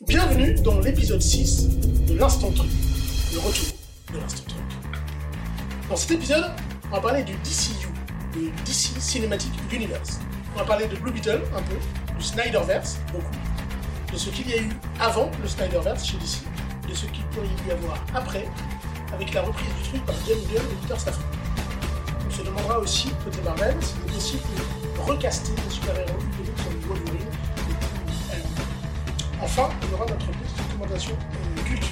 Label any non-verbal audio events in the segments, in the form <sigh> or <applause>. Bienvenue dans l'épisode 6 de l'Instant Truc, le retour de l'Instant Truc. Dans cet épisode, on va parler du DCU, le DC Cinematic Universe. On va parler de Blue Beetle un peu, du Snyderverse beaucoup, de ce qu'il y a eu avant le Snyderverse chez DC, de ce qu'il pourrait y avoir après, avec la reprise du truc par James Gunn et Peter Safran. On se demandera aussi, côté Marvel, s'il est possible de recaster les super-héros ultimes comme Wolverine et Iron Man. Enfin, il y aura notre petite recommandation euh, culture.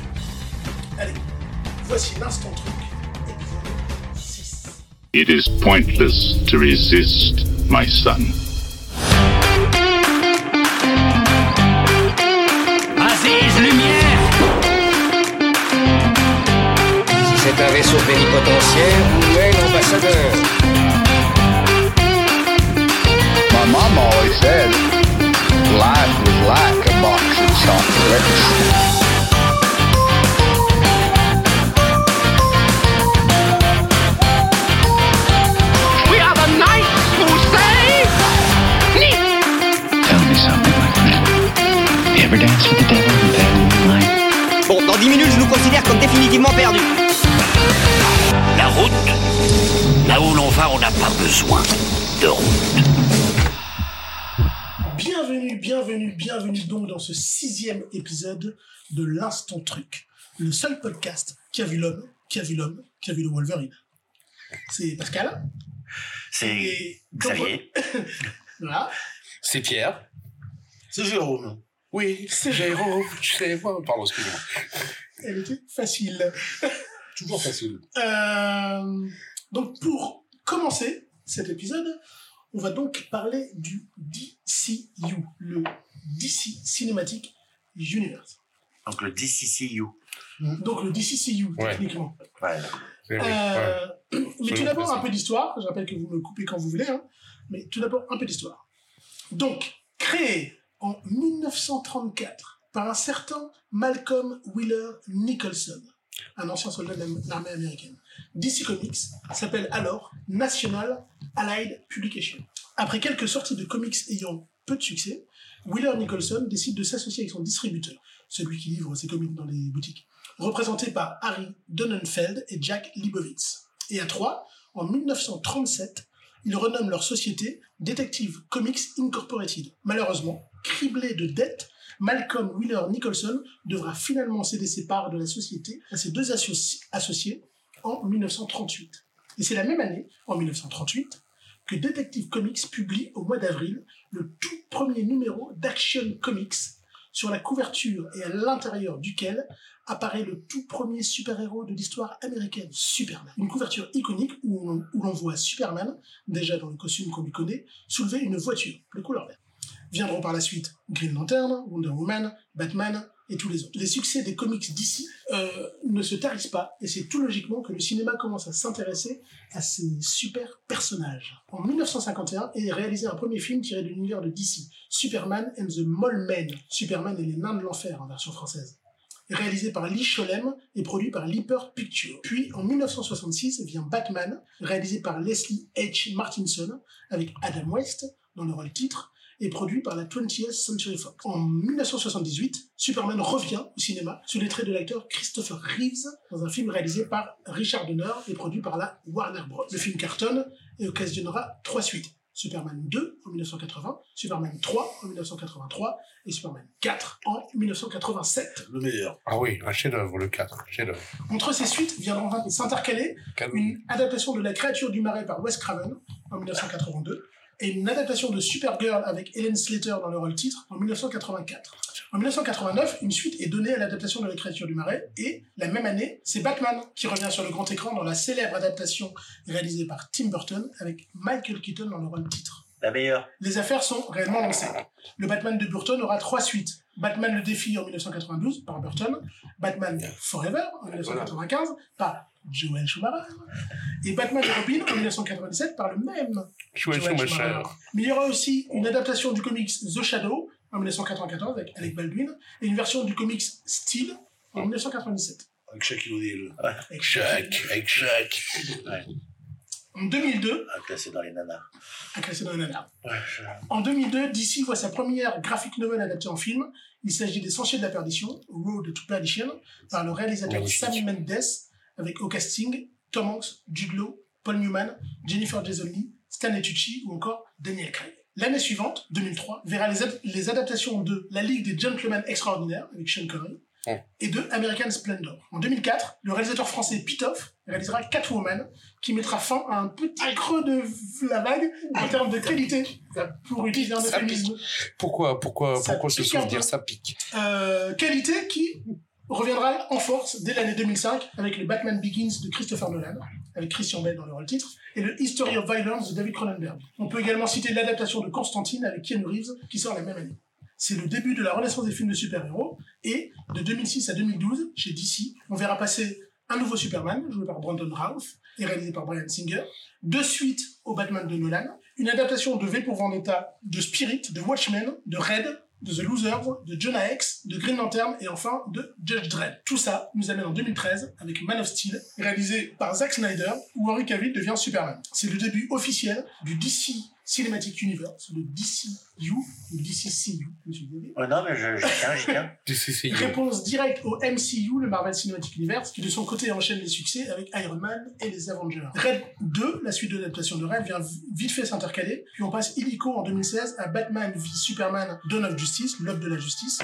Allez, voici l'instant truc, épisode 6. It is pointless to resist, my son. Assise, lumière Si c'est un vaisseau pénipotentiaire, où est l'ambassadeur My mom always said life was like a box of chocolates. We are the knights who say... Tell me something, my friend. You ever dance with the devil in bed in the night? Bon, dans 10 minutes, je nous considère comme définitivement perdus. La route, là où l'on va, on n'a pas besoin de route. Bienvenue, bienvenue, bienvenue donc dans ce sixième épisode de l'instant truc, le seul podcast qui a vu l'homme, qui a vu l'homme, qui a vu le Wolverine. C'est Pascal C'est et Xavier. <laughs> Voilà. C'est Pierre. C'est Jérôme. Oui, c'est Jérôme. Je savais pas. Pardon, excusez-moi. Elle était facile. Toujours facile. Euh, donc pour commencer cet épisode, on va donc parler du DCU, le DC Cinematic Universe. Donc le DCCU. Donc le DCCU Mm-hmm. Ouais. techniquement. Voilà. C'est vrai, ouais. Euh, Mais tout Selon d'abord un le peu d'histoire, je rappelle que vous me coupez quand vous voulez, hein. mais tout d'abord un peu d'histoire. Donc, créé en 1934 par un certain Malcolm Wheeler Nicholson, un ancien soldat de l'armée américaine, DC Comics s'appelle alors National Allied Publication. Après quelques sorties de comics ayant peu de succès, Wheeler Nicholson décide de s'associer avec son distributeur, celui qui livre ses comics dans les boutiques, représenté par Harry Donenfeld et Jack Libovitz. Et à Troyes, en 1937, ils renomment leur société Detective Comics Incorporated. Malheureusement, criblé de dettes, Malcolm Wheeler Nicholson devra finalement céder ses parts de la société à ses deux associ- associés en 1938. Et c'est la même année, en 1938, que Detective Comics publie au mois d'avril le tout premier numéro d'Action Comics, sur la couverture et à l'intérieur duquel apparaît le tout premier super-héros de l'histoire américaine, Superman. Une couverture iconique où l'on- où l'on voit Superman, déjà dans le costume qu'on lui connaît, soulever une voiture de couleur verte. Viendront par la suite Green Lantern, Wonder Woman, Batman et tous les autres. Les succès des comics d'ici euh, ne se tarissent pas et c'est tout logiquement que le cinéma commence à s'intéresser à ces super personnages. En 1951 est réalisé un premier film tiré de l'univers de DC, Superman and the Mole Men, Superman et les Nains de l'Enfer en version française réalisé par Lee Sholem et produit par Leaper Pictures. Puis, en 1966, vient Batman, réalisé par Leslie H. Martinson, avec Adam West dans le rôle titre, et produit par la 20th Century Fox. En 1978, Superman revient au cinéma sous les traits de l'acteur Christopher Reeves dans un film réalisé par Richard Donner et produit par la Warner Bros. Le film cartonne et occasionnera trois suites. Superman 2 en 1980, Superman 3 en 1983 et Superman 4 en 1987. Le meilleur. Ah oui, un chef-d'œuvre, le 4. Chef-d'œuvre. Entre ces suites viendront s'intercaler Canon. une adaptation de La créature du marais par Wes Craven en 1982 et une adaptation de Supergirl avec Helen Slater dans le rôle titre en 1984. En 1989, une suite est donnée à l'adaptation de La créature du marais et, la même année, c'est Batman qui revient sur le grand écran dans la célèbre adaptation réalisée par Tim Burton avec Michael Keaton dans le rôle titre La meilleure. les affaires sont réellement lancées. Le Batman de Burton aura trois suites. Batman le défi en 1992 par Burton, Batman Forever en 1995 par Joel Schumacher et Batman et Robin en 1997 par le même Joël Schumacher. mais il y aura aussi une adaptation du comics The Shadow en 1994 avec Alec Baldwin et une version du comics Steel en 1997. Avec Shaquille O'Neal. Avec- Shaq, avec Shaq. En 2002, Ah, classé dans les nanas. à classé dans les nanas. Ouais, je- En 2002, DC voit sa première graphic novel adaptée en film. Il s'agit des Sentiers de la Perdition, Road to Perdition, par le réalisateur Magnifique. Sam Mendes, avec au casting Tom Hanks, Jude Law, Paul Newman, Jennifer Jason Lee, Stan Tucci ou encore Daniel Craig. L'année suivante, 2003, verra les, ad- les adaptations de La Ligue des Gentlemen Extraordinaires, avec Sean Connery, Ouais. et de American Splendor. En 2004, le réalisateur français Pitoff réalisera Catwoman, qui mettra fin à un petit creux de v- la vague en termes de qualité pour utiliser un Ça euphémisme. Pourquoi, pourquoi, Ça pourquoi ce pique hein. un souvenir, peu. ça pique Euh, qualité qui reviendra en force dès l'année 2005 avec le Batman Begins de Christopher Nolan, avec Christian Bale dans le rôle titre, et le History of Violence de David Cronenberg. On peut également citer l'adaptation de Constantine avec Keanu Reeves qui sort la même année. C'est le début de la renaissance des films de super-héros et de 2006 à 2012, chez DC, on verra passer un nouveau Superman joué par Brandon Routh et réalisé par Brian Singer, de suite au Batman de Nolan, une adaptation de V pour Vendetta, de Spirit, de Watchmen, de Red, de The Losers, de Jonah Hex, de Green Lantern et enfin de Judge Dredd. Tout ça nous amène en 2013 avec Man of Steel, réalisé par Zack Snyder, où Henry Cavill devient Superman. C'est le début officiel du DC Cinematic Universe, le DCU, ou DCCU, comme je disais. Ouais, Oh, non, mais je, je tiens, je tiens. DCCI. Réponse directe au MCU, le Marvel Cinematic Universe, qui de son côté enchaîne les succès avec Iron Man et les Avengers. Red 2, la suite de l'adaptation de Red, vient vi- vite fait s'intercaler, puis on passe illico en 2016 à Batman v Superman Dawn of Justice, l'œuvre de la justice,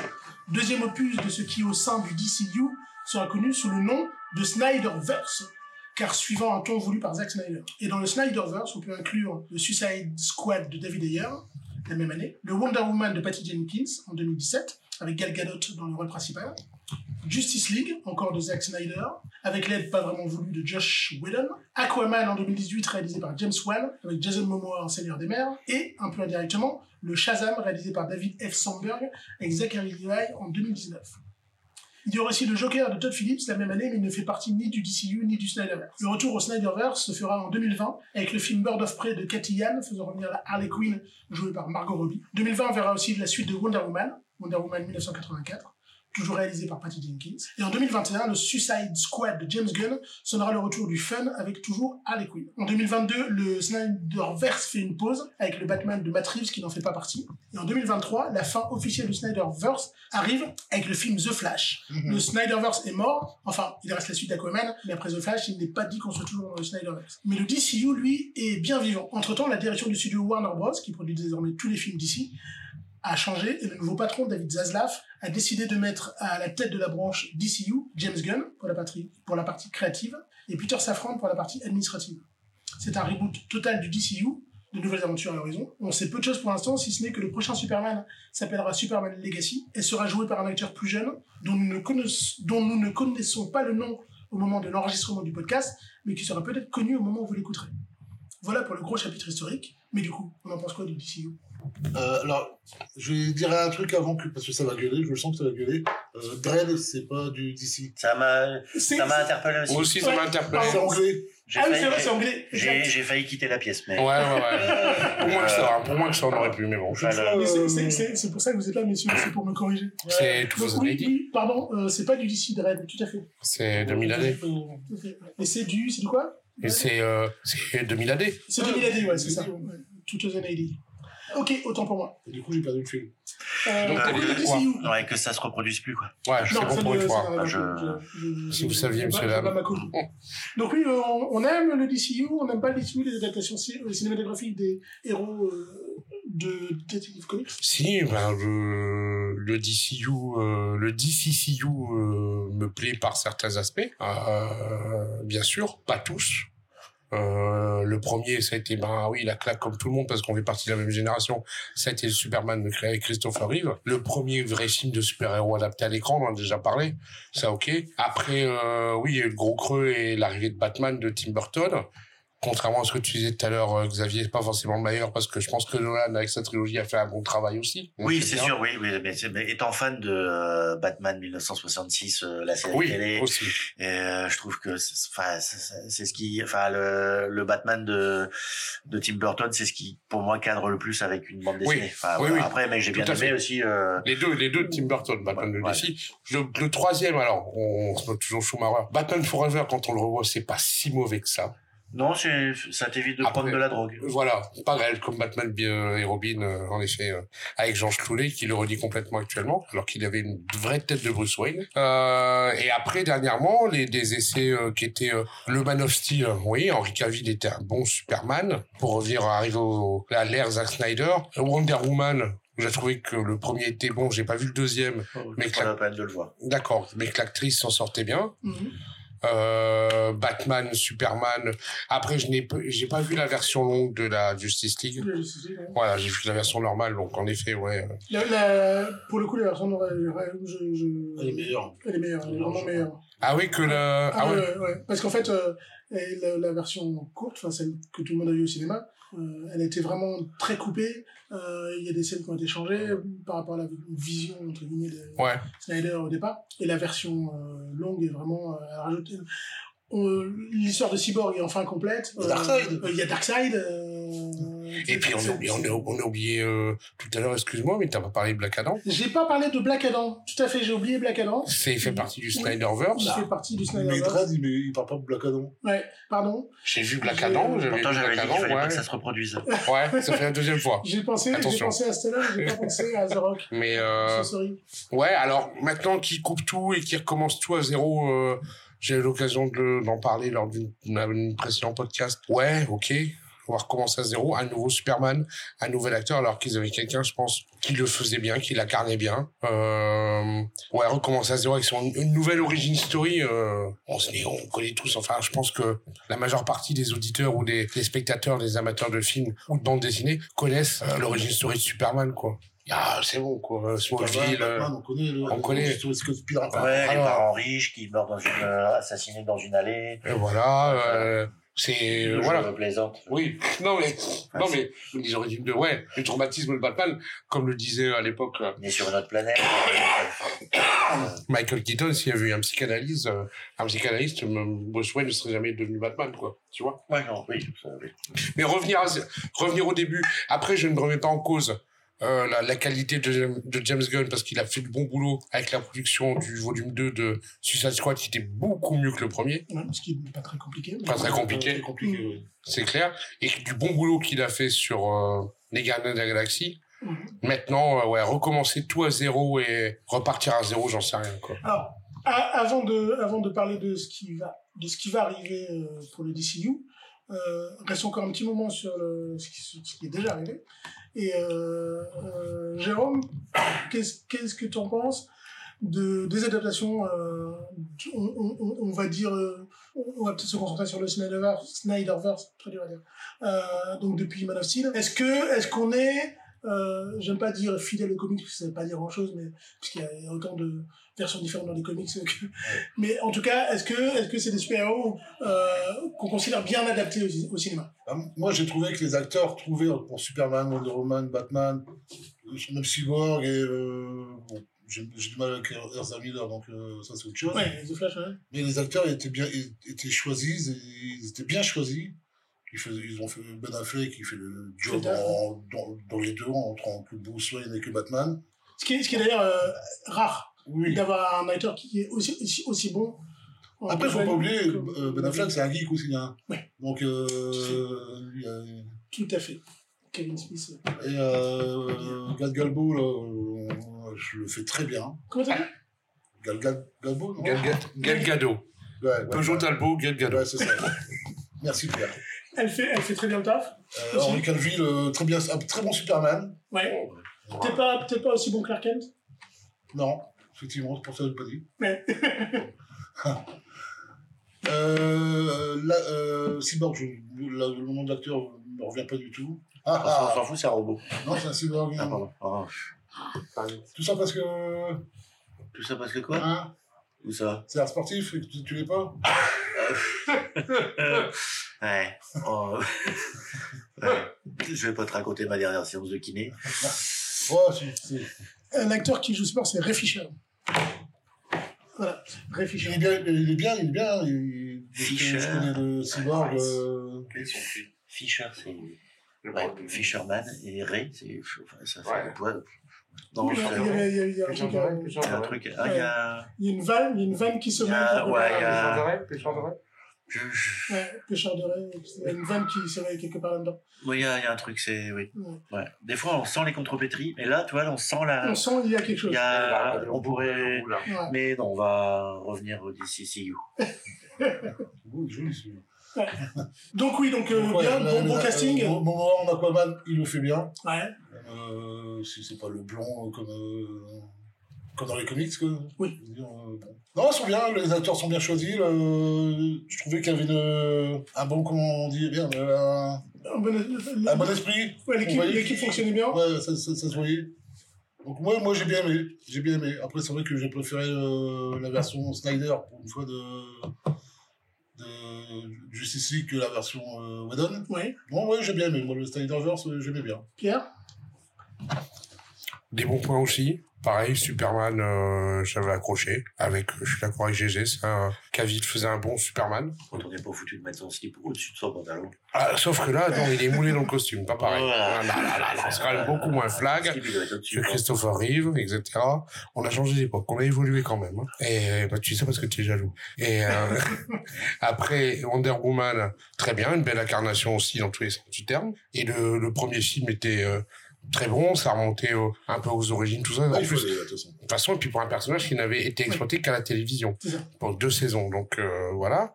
deuxième opus de ce qui au sein du DCU sera connu sous le nom de Snyderverse, car suivant un ton voulu par Zack Snyder. Et dans le Snyderverse, on peut inclure le Suicide Squad de David Ayer, la même année, le Wonder Woman de Patty Jenkins en 2017, avec Gal Gadot dans le rôle principal, Justice League, encore de Zack Snyder, avec l'aide pas vraiment voulue de Josh Whedon, Aquaman en 2018, réalisé par James Wan, avec Jason Momoa en Seigneur des Mers, et, un peu indirectement, le Shazam, réalisé par David F. Sandberg, avec Zachary Levi en 2019. Il y aura aussi le Joker de Todd Phillips la même année, mais il ne fait partie ni du DCU ni du Snyderverse. Le retour au Snyderverse se fera en 2020 avec le film Bird of Prey de Cathy Yan, faisant revenir la Harley Quinn jouée par Margot Robbie. 2020 verra aussi la suite de Wonder Woman, Wonder Woman 1984, toujours réalisée par Patty Jenkins. Et en 2021, le Suicide Squad de James Gunn sonnera le retour du fun avec toujours Harley Quinn. En 2022, le Snyderverse fait une pause avec le Batman de Matt Reeves qui n'en fait pas partie. Et en 2023, la fin officielle du Snyderverse arrive avec le film The Flash. Le Snyderverse est mort, enfin, il reste la suite d'Aquaman, mais après The Flash, il n'est pas dit qu'on soit toujours dans le Snyderverse. Mais le DCU, lui, est bien vivant. Entre-temps, la direction du studio Warner Bros., qui produit désormais tous les films d'ici, a changé et le nouveau patron, David Zaslav, a décidé de mettre à la tête de la branche DCU James Gunn pour la, patrie- pour la partie créative et Peter Safran pour la partie administrative. C'est un reboot total du DCU, de nouvelles aventures à l'horizon. On sait peu de choses pour l'instant, si ce n'est que le prochain Superman s'appellera Superman Legacy et sera joué par un acteur plus jeune dont nous ne, connaiss- dont nous ne connaissons pas le nom au moment de l'enregistrement du podcast, mais qui sera peut-être connu au moment où vous l'écouterez. Voilà pour le gros chapitre historique. Mais du coup, on en pense quoi du DCU Euh, Alors, je vais dire un truc avant que, parce que ça va gueuler, je le sens que ça va gueuler. euh, Dredd, c'est pas du DC. Ça m'a, C'est- ça m'a interpellé aussi. Moi aussi, ça Ouais. m'a interpellé. Pardon. Ouais, C'est anglais. J'ai Ah oui, failli- c'est vrai, c'est anglais. J'ai, j'ai failli quitter la pièce, mais. Ouais, ouais, ouais. Pour moi que ça, hein, pour moi que ça, on aurait pu, mais bon. Voilà. Mais euh, c'est- c'est- C'est c'est pour ça que vous êtes là, messieurs, c'est pour me corriger. C'est tout Donc, vous avez oui, dit. oui, pardon, euh, c'est pas du DC Dread, tout à fait. C'est 2000 AD. Tout à fait. Et c'est du, c'est du quoi Et c'est, euh, c'est 2000 AD. C'est 2000 AD, ouais, c'est ça. Tout 2000 AD. Ok, autant pour moi. Du coup, j'ai perdu le film. Euh, Donc, t'as oui, dit le quoi DCU. Ouais, que ça se reproduise plus, quoi. Ouais, je suis Non, bon ça pour ne- une ça fois. n'arrive Ah, pas. je- je- Si je- vous saviez, je- monsieur je- je- Lam. je- je- je- je- Donc oui, euh, on, on aime le DCU, on n'aime pas le DCU, les adaptations ci- euh, cinématographiques des héros euh, de Detective Comics. Si, ben, le, le DCU, euh, le DCCU euh, me plaît par certains aspects, Euh, bien sûr, pas tous. Euh, le premier, ça a été, ben oui, la claque comme tout le monde, parce qu'on fait partie de la même génération. Ça a été le Superman de créé avec Christopher Reeve. Le premier vrai film de super-héros adapté à l'écran, on en a déjà parlé. Ça, ok. Après, euh, oui, il y a eu le gros creux et l'arrivée de Batman de Tim Burton contrairement à ce que tu disais tout à l'heure, euh, Xavier, c'est pas forcément le meilleur parce que je pense que Nolan, avec sa trilogie, a fait un bon travail aussi. Oui, Donc, c'est bien. sûr, oui, oui, mais, c'est- mais étant fan de euh, Batman 1966, euh, la série Oui, télé, aussi. Et euh, je trouve que c'est enfin, c'est- c'est- c'est ce qui, enfin le, le Batman de de Tim Burton, c'est ce qui pour moi cadre le plus avec une bande Oui. dessinée. Enfin, Oui, voilà. oui. Après, mais j'ai Tout bien à aimé fait. aussi. Euh, Les deux, les deux de Tim Burton, Batman Ouais, de ouais. DC. Le, le troisième, alors, on se note toujours Schumacher. Batman Forever, quand on le revoit, c'est pas si mauvais que ça. Non, c'est- ça t'évite de Après- euh, prendre de la drogue. Voilà, pareil, comme Batman bien- et Robin, euh, en effet, euh, avec Georges Clooney, qui le redit complètement actuellement, alors qu'il avait une vraie tête de Bruce Wayne. Euh, et après, dernièrement, les, des essais euh, qui étaient euh, le Man of Steel, euh, oui, Henry Cavill était un bon Superman, pour revenir à, arriver au- à l'ère Zack Snyder. Euh, Wonder Woman, j'ai trouvé que le premier était bon, j'ai pas vu le deuxième. Mais Mais pas la peine de le voir. D'accord, mais que l'actrice s'en sortait bien. Mhm. Euh, Batman, Superman. Après, je n'ai p- j'ai pas vu la version longue de la Justice League. Voilà, j'ai vu la version normale, donc en effet, ouais. euh, hein. La- la- pour le coup, la version noire, elle, elle- je- je- Elle est meilleure. elle est meilleure, elle est Non, vraiment je- meilleure. Ah oui, que le. Ah Ah, ouais. ouais, ouais. Parce qu'en fait, euh, elle- la, la version courte, enfin celle que tout le monde a vue au cinéma, euh, elle était vraiment très coupée. Euh, Il y a des scènes qui ont été changées par rapport à la vision entre guillemets de Ouais. Snyder au départ. Et la version euh, longue est vraiment euh, à rajouter. Euh, L'histoire de Cyborg est enfin complète. Il y a Darkseid. Euh, Il y a Darkseid. euh, Et puis on a oublié, on a, on a oublié euh, tout à l'heure, excuse-moi, mais t'as pas parlé de Black Adam. J'ai pas parlé de Black Adam. Tout à fait, j'ai oublié Black Adam. C'est fait Oui. partie du Oui. Snyderverse. Qui fait partie du Mais Snyder. Dredd, il, il parle pas de Black Adam. Ouais, pardon. J'ai vu Black J'ai- Adam. j'avais Pourtant, vu Black j'avais dit qu'il Adam, fallait ouais. pas que ça se reproduise. Ouais, ça fait la deuxième fois. J'ai pensé, j'ai Attention. pensé à Stallone, j'ai <laughs> pas pensé à The Rock. Mais Je euh, suis sorry. Ouais, alors maintenant qu'il coupe tout et qu'il recommence tout à zéro, euh, j'ai eu l'occasion de- d'en parler lors d'une d'une précédent podcast. Ouais, ok, on va recommencer à zéro, un nouveau Superman, un nouvel acteur, alors qu'ils avaient quelqu'un, je pense, qui le faisait bien, qui l'incarnait bien. Euh, ouais, recommencer à zéro avec son, une nouvelle origin story, euh, on, se dit, on connaît tous, enfin, je pense que la majeure partie des auditeurs ou des, des spectateurs, des amateurs de films ou de bandes dessinées connaissent euh, l'origin story de Superman, quoi. Ah, c'est bon, quoi. euh, Batman, Smallville... euh, Batman, on connaît. Le, on connaît. Tout ce que Spider-Man. Ouais, les alors- parents riches qui meurent dans une, euh, assassinés dans une allée. Et voilà, euh, c'est Je euh, voilà. plaisante. Oui, non mais Ah, non mais ils auraient dû de ouais, le traumatisme de Batman, comme le disait à l'époque euh, On est sur une autre planète. Michael Keaton, s'il y avait eu un psychanalyse, euh, un psychanalyste, m- Bruce Wayne ne serait jamais devenu Batman quoi, tu vois. <coughs> ouais, non, oui, ça, oui. Mais revenir à, revenir au début. Après, je ne remets pas en cause. euh, la, la qualité de, Jam- de James Gunn parce qu'il a fait le bon boulot avec la production du volume 2 de Suicide Squad qui était beaucoup mieux que le premier Ouais, ce qui n'est pas très compliqué. mais- pas très compliqué C'est Euh, compliqué, Mm. ouais. c'est clair, et du bon boulot qu'il a fait sur euh, les Gardiens de la Galaxie. Mhm. Maintenant, euh, ouais, recommencer tout à zéro et repartir à zéro, j'en sais rien. Quoi. Alors, a- avant, de, avant de parler de ce qui va, de ce qui va arriver euh, pour le DCU, euh, restons encore un petit moment sur le- ce, qui, ce qui est déjà arrivé. Et euh, euh, Jérôme, qu'est-ce qu'est-ce que tu en penses de, des adaptations euh, du- on, on- on- on va dire, euh, on va peut-être se concentrer sur le Snyderverse, Snyderverse très dur à dire. Euh, donc depuis Man of Steel. Est-ce que est-ce qu'on est, euh, j'aime pas dire fidèle au comics, parce que ça veut pas dire grand-chose, mais parce qu'il y a- il y a autant de, versions différentes dans les comics. euh, que- Mais en tout cas, est-ce que est-ce que c'est des super-héros euh, qu'on considère bien adaptés au, ci- au cinéma Ah, Moi, j'ai trouvé que les acteurs trouvés pour Superman, Wonder Woman, Batman, même Cyborg, et euh, bon, j'ai j'ai du mal avec Ezra Miller, donc euh, ça, c'est autre chose. Ouais, The Flash, ouais. Mais les acteurs ils étaient bien, ils étaient choisis, ils étaient bien choisis. Ils, faisaient- ils ont fait Ben Affleck, qui fait le job Tout à fait. dans, dans, dans les deux, entre en- que Bruce Wayne et que Batman. Ce qui est, ce qui est d'ailleurs euh, rare Oui. d'avoir un acteur qui est aussi aussi, aussi bon. en Après, faut Batman pas oublier, que- euh, Ben Affleck, c'est un geek aussi. Hein. Ouais. Donc, euh, lui, euh, Tout à fait. Kevin Smith. euh. et euh, Gad Galbo, là, euh, on- je le fais très bien. Comment t'as dit Gal, Gal, Galbo, non Gal, Gal- Gal Gadot. Ouais, ouais, Peugeot Talbot, Gal ouais, Gadot. ouais, c'est ça. Merci Pierre. Elle fait elle fait très bien le taf. Euh, Henri Calville, euh, très bien, un très bon Superman. Oh, Ouais. Peut-être pas peut-être pas aussi bon que Clark Kent. Non, effectivement, c'est pour ça que je l'ai pas dit. Mais Euh, là, euh, Cyborg, je- là, le nom de l'acteur ne me revient pas du tout. Ah, Enfin, ah, on s'en fout, c'est un robot. non, c'est un Cyborg. Ah, non. pardon. Ah. Tout ça parce que Tout ça parce que quoi hein, Où ça c'est un sportif et que tu, tu l'es pas. Euh. Ouais. Oh. <laughs> Ouais. Je vais pas te raconter ma dernière séance de kiné. Oh, c'est- c'est- un acteur qui joue sport, c'est Ray Fisher. Voilà, Ray il, Fisher. est bien, il est bien, il est bien. il- de ce que Fischer. Je connais de Cyborg. euh, Fisher, c'est. Ouais, Fisherman et Ray, c'est. enfin, ça fait Ouais. le poids. Non, Il y je a- Euh, il y a- il y a- il y a un truc, euh, Il y a Ah, un truc. Ah, il y a. il y a une vanne, il y a une vanne qui se Il y met. a- ouais, il y a- Je- je- Ouais, pêcheur de rêve, c'est une vanne qui se réveille quelque part là-dedans. Oui, il y, a il y a un truc, c'est. Oui. Ouais. Ouais. Des fois, on sent les contrepétries, mais là, tu vois, on sent la. On sent qu'il y a quelque Bah, il chose. y a- on pourrait. Oula. Ouais. Mais non, on va revenir au DCCU. Ouh, joli, celui-là. Donc oui, donc euh, Donc, ouais, bien, la- bon, bon la- euh, casting. Mon mon moment en Aquaman, il le fait bien. Ouais. Euh, si c'est pas le blond euh, comme, euh, comme dans les comics. Quoi. Oui. Je veux dire, euh, bon. Non, ils sont bien, les acteurs sont bien choisis. le- Je trouvais qu'il y avait une- euh, un bon, comment on dit, bien, euh, un, Un bon- le- un Ah, bon esprit. Ouais, l'équipe- On voyait l'équipe qu'il- fonctionnait bien. Ouais, ça, ça- ça se voyait. Donc moi, moi j'ai bien aimé, j'ai bien aimé. Après c'est vrai que j'ai préféré euh, la version Snyder pour une fois de, de Justice League que la version euh, Whedon. Ouais. Bon ouais j'ai bien aimé, moi le Snyderverse euh, j'aimais bien. Pierre Des bons points aussi. Pareil, Superman, euh, j'avais accroché. Avec, euh, je suis d'accord avec GG, c'est un- Cavill faisait un bon Superman. Quand on n'est pas foutu de mettre son slip au-dessus de son pantalon. Ah, sauf que là, non, il est moulé dans le costume, pas pareil. Voilà. Ah, là, là, là, là, ça sera beaucoup moins Le flag. slip, il doit être que au-dessus. Christopher Reeve, etc. On a changé d'époque, on a évolué quand même. hein. Et bah, tu sais parce que tu es jaloux. Et <laughs> euh, après Wonder Woman, très bien, une belle incarnation aussi dans tous les sens du terme. Et le, le premier film était euh, très bon, ça remontait au- un peu aux origines, tout ça. En il plus, euh, faut aller, de toute façon. de toute façon, et puis pour un personnage qui n'avait été exploité qu'à la télévision C'est ça. pour deux saisons. Donc euh, voilà,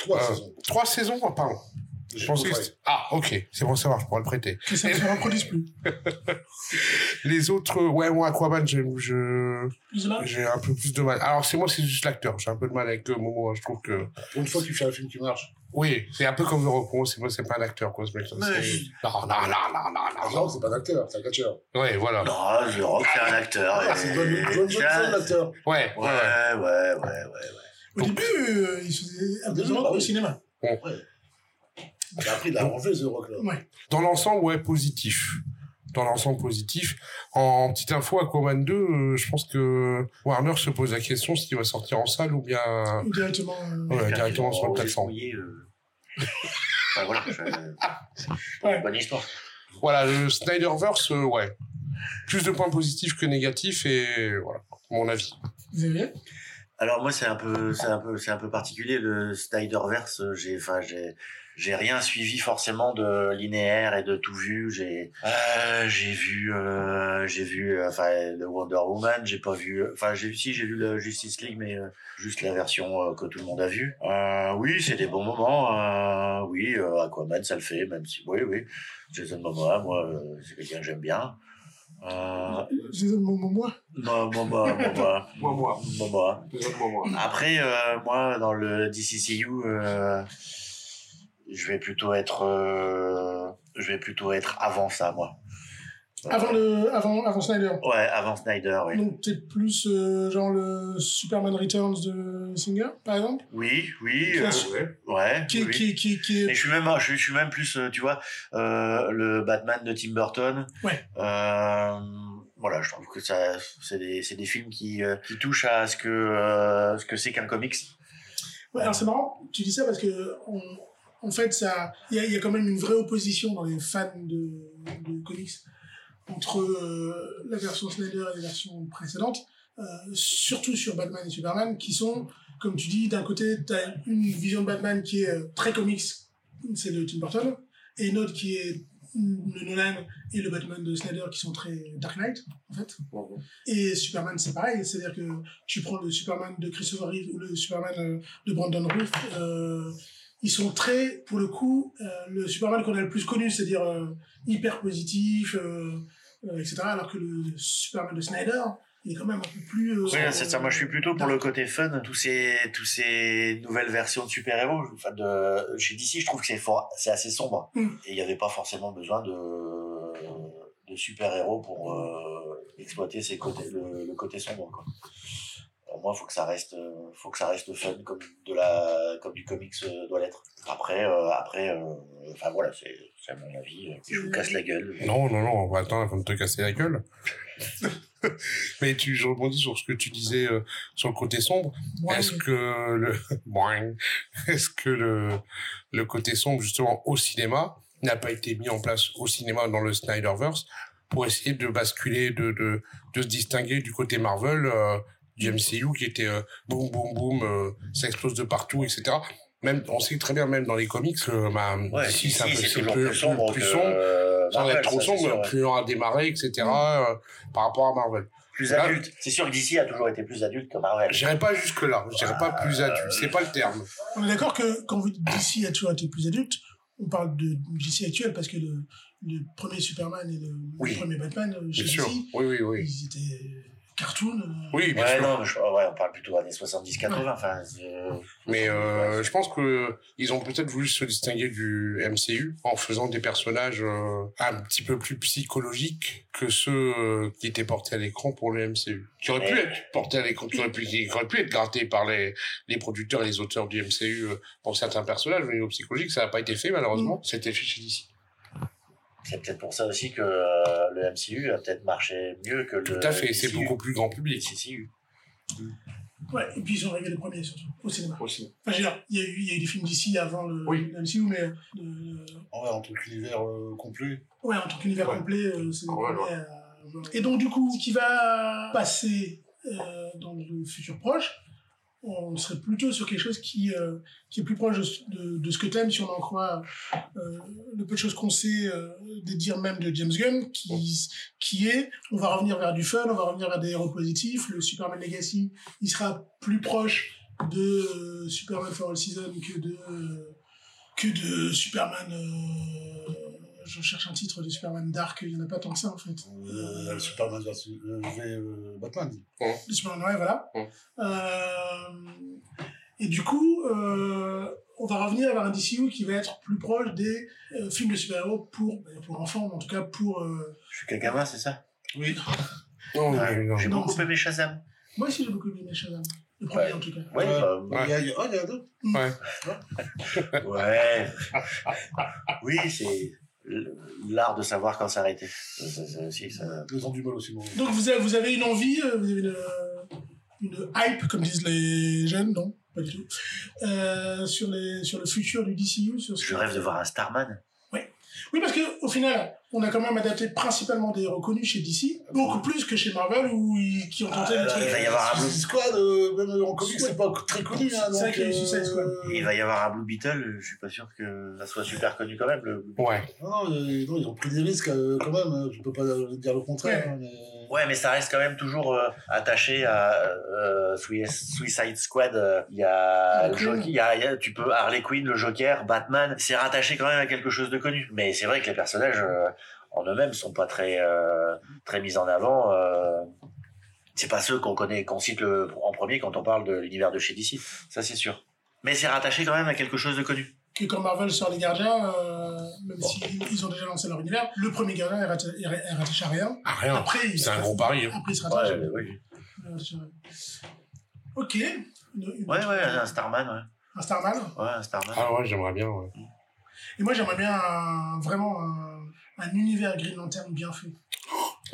Trois Euh, saisons. trois saisons, ah, pardon. Je pensais que c'était- ah ok, c'est bon à savoir, je pourrais le prêter. Que ça ne se reproduise plus. Les autres, euh, ouais, moi Aquaman, je, je Plus de mal. J'ai un peu plus de mal. Alors, c'est moi, c'est juste l'acteur. J'ai un peu de mal avec euh, Momo. hein. Je trouve que. Pour une fois qu'il fait un film qui marche. Oui, c'est un peu comme le repos. C'est moi, c'est pas un acteur, quoi, ce mec. Mais- C'est- Non, non, non, non, Ah non, non c'est pas un acteur, c'est un catcheur. non. Ouais, voilà. Non, Ah, je crois que c'est un acteur. Ah, et- c'est Don Don Johnson l'acteur. Ouais, ouais, Ouais, ouais. ouais, ouais, ouais. ouais. Au Donc- début, euh, il se faisait Au début, absolument bah au oui. cinéma. Bah, Après il a refait The Rock là. Ouais. Dans l'ensemble, ouais, positif. Dans l'ensemble positif. En petite info, Aquaman 2, euh, je pense que Warner se pose la question s'il va sortir en salle ou bien Ou Directement. euh, ouais, Faire directement qu'ils sur vont le plateforme. mouiller, euh. Enfin, voilà, je- c'est Ouais. une bonne histoire. Voilà, le Snyderverse, euh, ouais. Plus de points positifs que négatifs et voilà, mon avis. Xavier Alors moi c'est un peu c'est un peu c'est un peu particulier le Snyderverse euh, j'ai enfin j'ai j'ai rien suivi forcément de linéaire et de tout vu j'ai euh, j'ai vu euh, j'ai vu euh, enfin le Wonder Woman j'ai pas vu euh, enfin j'ai vu si j'ai vu le Justice League mais euh, juste la version euh, que tout le monde a vue Euh, oui c'est des bons moments euh, oui euh, Aquaman ça le fait même si oui oui Jason Momoa moi euh, c'est quelqu'un que j'aime bien euh, Jason Momoa non, Momoa Momoa Momoa. Momoa bah. après, euh, moi, dans le DCCU, euh, je vais plutôt être, euh, je vais plutôt être avant ça, moi. Euh, avant, le, avant, avant Snyder. Ouais, avant Snyder, oui. Donc peut-être plus euh, genre le Superman Returns de Singer, par exemple Oui, oui, Qui euh, a su- ouais. qui, oui. qui, qui, qui Et est... je suis même, je, je suis même plus, euh, tu vois, euh, le Batman de Tim Burton. Ouais. Euh, voilà, je trouve que ça, c'est des, c'est des films qui, euh, qui touchent à ce que, euh, ce que c'est qu'un comics. Ouais, alors c'est marrant, tu dis ça parce que on- en fait, ça, il y a, il y a quand même une vraie opposition dans les fans de, de comics entre euh, la version Snyder et les versions précédentes, euh, surtout sur Batman et Superman, qui sont, comme tu dis, d'un côté, tu as une vision de Batman qui est euh, très comics, c'est le Tim Burton, et une autre qui est le Nolan et le Batman de Snyder qui sont très Dark Knight, en fait. Et Superman, c'est pareil, c'est-à-dire que tu prends le Superman de Christopher Reeve ou le Superman euh, de Brandon Routh, euh, ils sont très, pour le coup, euh, le Superman qu'on a le plus connu, c'est-à-dire euh, hyper positif, euh, euh, etc. Alors que le Superman de Snyder, il est quand même un peu plus. euh, Oui, c'est ça. Moi, je suis plutôt pour le côté fun. Tous ces, tous ces nouvelles versions de super-héros. Enfin, de, chez DC, je trouve que c'est fort, c'est assez sombre. Mm. Et il n'y avait pas forcément besoin de, de super-héros pour euh, exploiter ses côtés, le, le côté sombre. Quoi. Au moins, faut que ça reste, euh, faut que ça reste fun comme de la, comme du comics euh, doit l'être. Après, euh, après, euh, enfin voilà, c'est, c'est à mon avis. euh, Je vous casse la gueule. Non, non, non, on va attendre avant de te casser la gueule. <laughs> Mais tu, je rebondis sur ce que tu disais euh, sur le côté sombre. Ouais, Est-ce que le, <laughs> Boing. est-ce que le, le côté sombre, justement, au cinéma, n'a pas été mis en place au cinéma dans le Snyderverse pour essayer de basculer, de, de, de se distinguer du côté Marvel, euh, du MCU qui était euh, boum, boum, boum, euh, ça explose de partout, etc. Même, on sait très bien, même dans les comics, que bah, Ouais, DC, c'est un ici, peu- c'est c'est toujours peu- plus sombre. plus que, sombre, euh, sans Marvel, être trop ça, c'est sûr, sombre, ouais. plus on a démarré, etc., euh, par rapport à Marvel. Plus Là- adulte. C'est sûr que DC a toujours été plus adulte que Marvel. J'irai pas jusque-là, j'irai pas plus Ah, adulte, c'est pas le terme. On est d'accord que quand vous dites DC a toujours été plus adulte, on parle de DC actuel parce que le, le premier Superman et le, Oui. le premier Batman euh, chez Bien sûr. DC, Oui, oui, oui. ils étaient cartoon. euh, Oui, bien Ouais, sûr. non, mais je- ouais, on parle plutôt années 70-80. Enfin, euh, Mais euh, Ouais. je pense que ils ont peut-être voulu se distinguer du MCU en faisant des personnages euh, un petit peu plus psychologiques que ceux euh, qui étaient portés à l'écran pour le MCU. Qui auraient pu Ouais. être portés à l'écran, qui auraient pu, qui auraient pu être grattés par les, les producteurs et les auteurs du MCU euh, pour certains personnages, mais au psychologique, ça n'a pas été fait malheureusement. Mm. C'était fait chez DC. c'est peut-être pour ça aussi que euh, le MCU a peut-être marché mieux que Tout le. à fait, c'est DCU. beaucoup plus grand public. DCU. Ouais, et puis ils sont arrivés les premiers surtout au cinéma. Enfin, je veux dire, il y, a eu- il y a eu des films d'ici avant le, Oui. le MCU, mais euh, le- Ouais, en tant qu'univers euh, complet. ouais, en tant qu'univers Ouais. Ah complet, euh, c'est les Ouais, ouais. premiers à avoir. Et donc, du coup, qui va passer euh, dans le futur proche, on serait plutôt sur quelque chose qui, euh, qui est plus proche de, de- de ce que t'aimes, si on en croit euh, le peu de choses qu'on sait euh, des dires même de James Gunn, qui, qui est on va revenir vers du fun, on va revenir vers des héros positifs, le Superman Legacy il sera plus proche de euh, Superman for All Season que de euh, que de Superman. euh, je cherche un titre de Superman Dark, il n'y en a pas tant que ça en fait. Euh, Superman vs euh, V, euh, Batman. De Superman, ouais, voilà. Mm. Euh, et du coup, euh, on va revenir vers un DCU qui va être plus proche des euh, films de super-héros pour, ben, pour enfants, mais en tout cas pour. euh, Je suis quelqu'un gamin, c'est ça Oui. Non, Ouais, non, non. J'ai Non, beaucoup c'est- aimé Shazam. Moi aussi, j'ai beaucoup aimé Shazam. Le premier Ouais. en tout cas. Ouais, Ouais. bah, Il y a, il y a- oh, il y a deux. Ouais. oui, c'est l- l'art de savoir quand s'arrêter. Ça, ça, ça aussi, ça- Le temps du mal aussi. Bon. Donc vous avez, vous avez une envie, euh, vous avez une, euh, une hype, comme disent les jeunes, non pas du tout, euh, sur, les, sur le futur du DCU. Sur ce- Je rêve de voir un Starman. Oui, parce que au final, on a quand même adapté principalement des héros connus chez DC, beaucoup plus que chez Marvel, où ils, qui ont tenté Ah, des là, trucs. il va y avoir un Euh, Suicide Blue- Squad, euh, même en comics, Ouais. c'est pas très connu. Hein, C'est vrai donc, euh, qu'il y a eu Suicide Squad. Il va y avoir un Blue Beetle, je suis pas sûr que ça soit super connu quand même. Le... Ouais. Non, non, euh, non, ils ont pris des risques euh, quand même. hein, Je peux pas euh, dire le contraire. hein, mais- Ouais, mais ça reste quand même toujours euh, attaché à euh, Sui- Suicide Squad. euh, Il y a le Harley Quinn. Joker, il y a- il y a- tu peux Harley Quinn, le Joker, Batman. C'est rattaché quand même à quelque chose de connu. Mais c'est vrai que les personnages euh, en eux-mêmes sont pas très euh, très mis en avant. euh, c'est pas ceux qu'on connaît, qu'on cite le- en premier quand on parle de l'univers de chez DC. Ça c'est sûr. Mais c'est rattaché quand même à quelque chose de connu. Que quand Marvel sort les gardiens, euh, même s'ils ils ont déjà lancé leur univers, le premier gardien est ratta- est ra- est rattaché à rien. Ah, rien. Après, il C'est un se- gros pari. hein. Après, il se Ouais, rattache. ouais, ouais. Euh, sur- Ok. Une- une- Ouais, ouais, un Starman, ouais. Un Starman. Ouais, un Starman. Ah ouais, j'aimerais bien. Ouais. Et moi, j'aimerais bien un- vraiment un, un univers Green Lantern bien fait.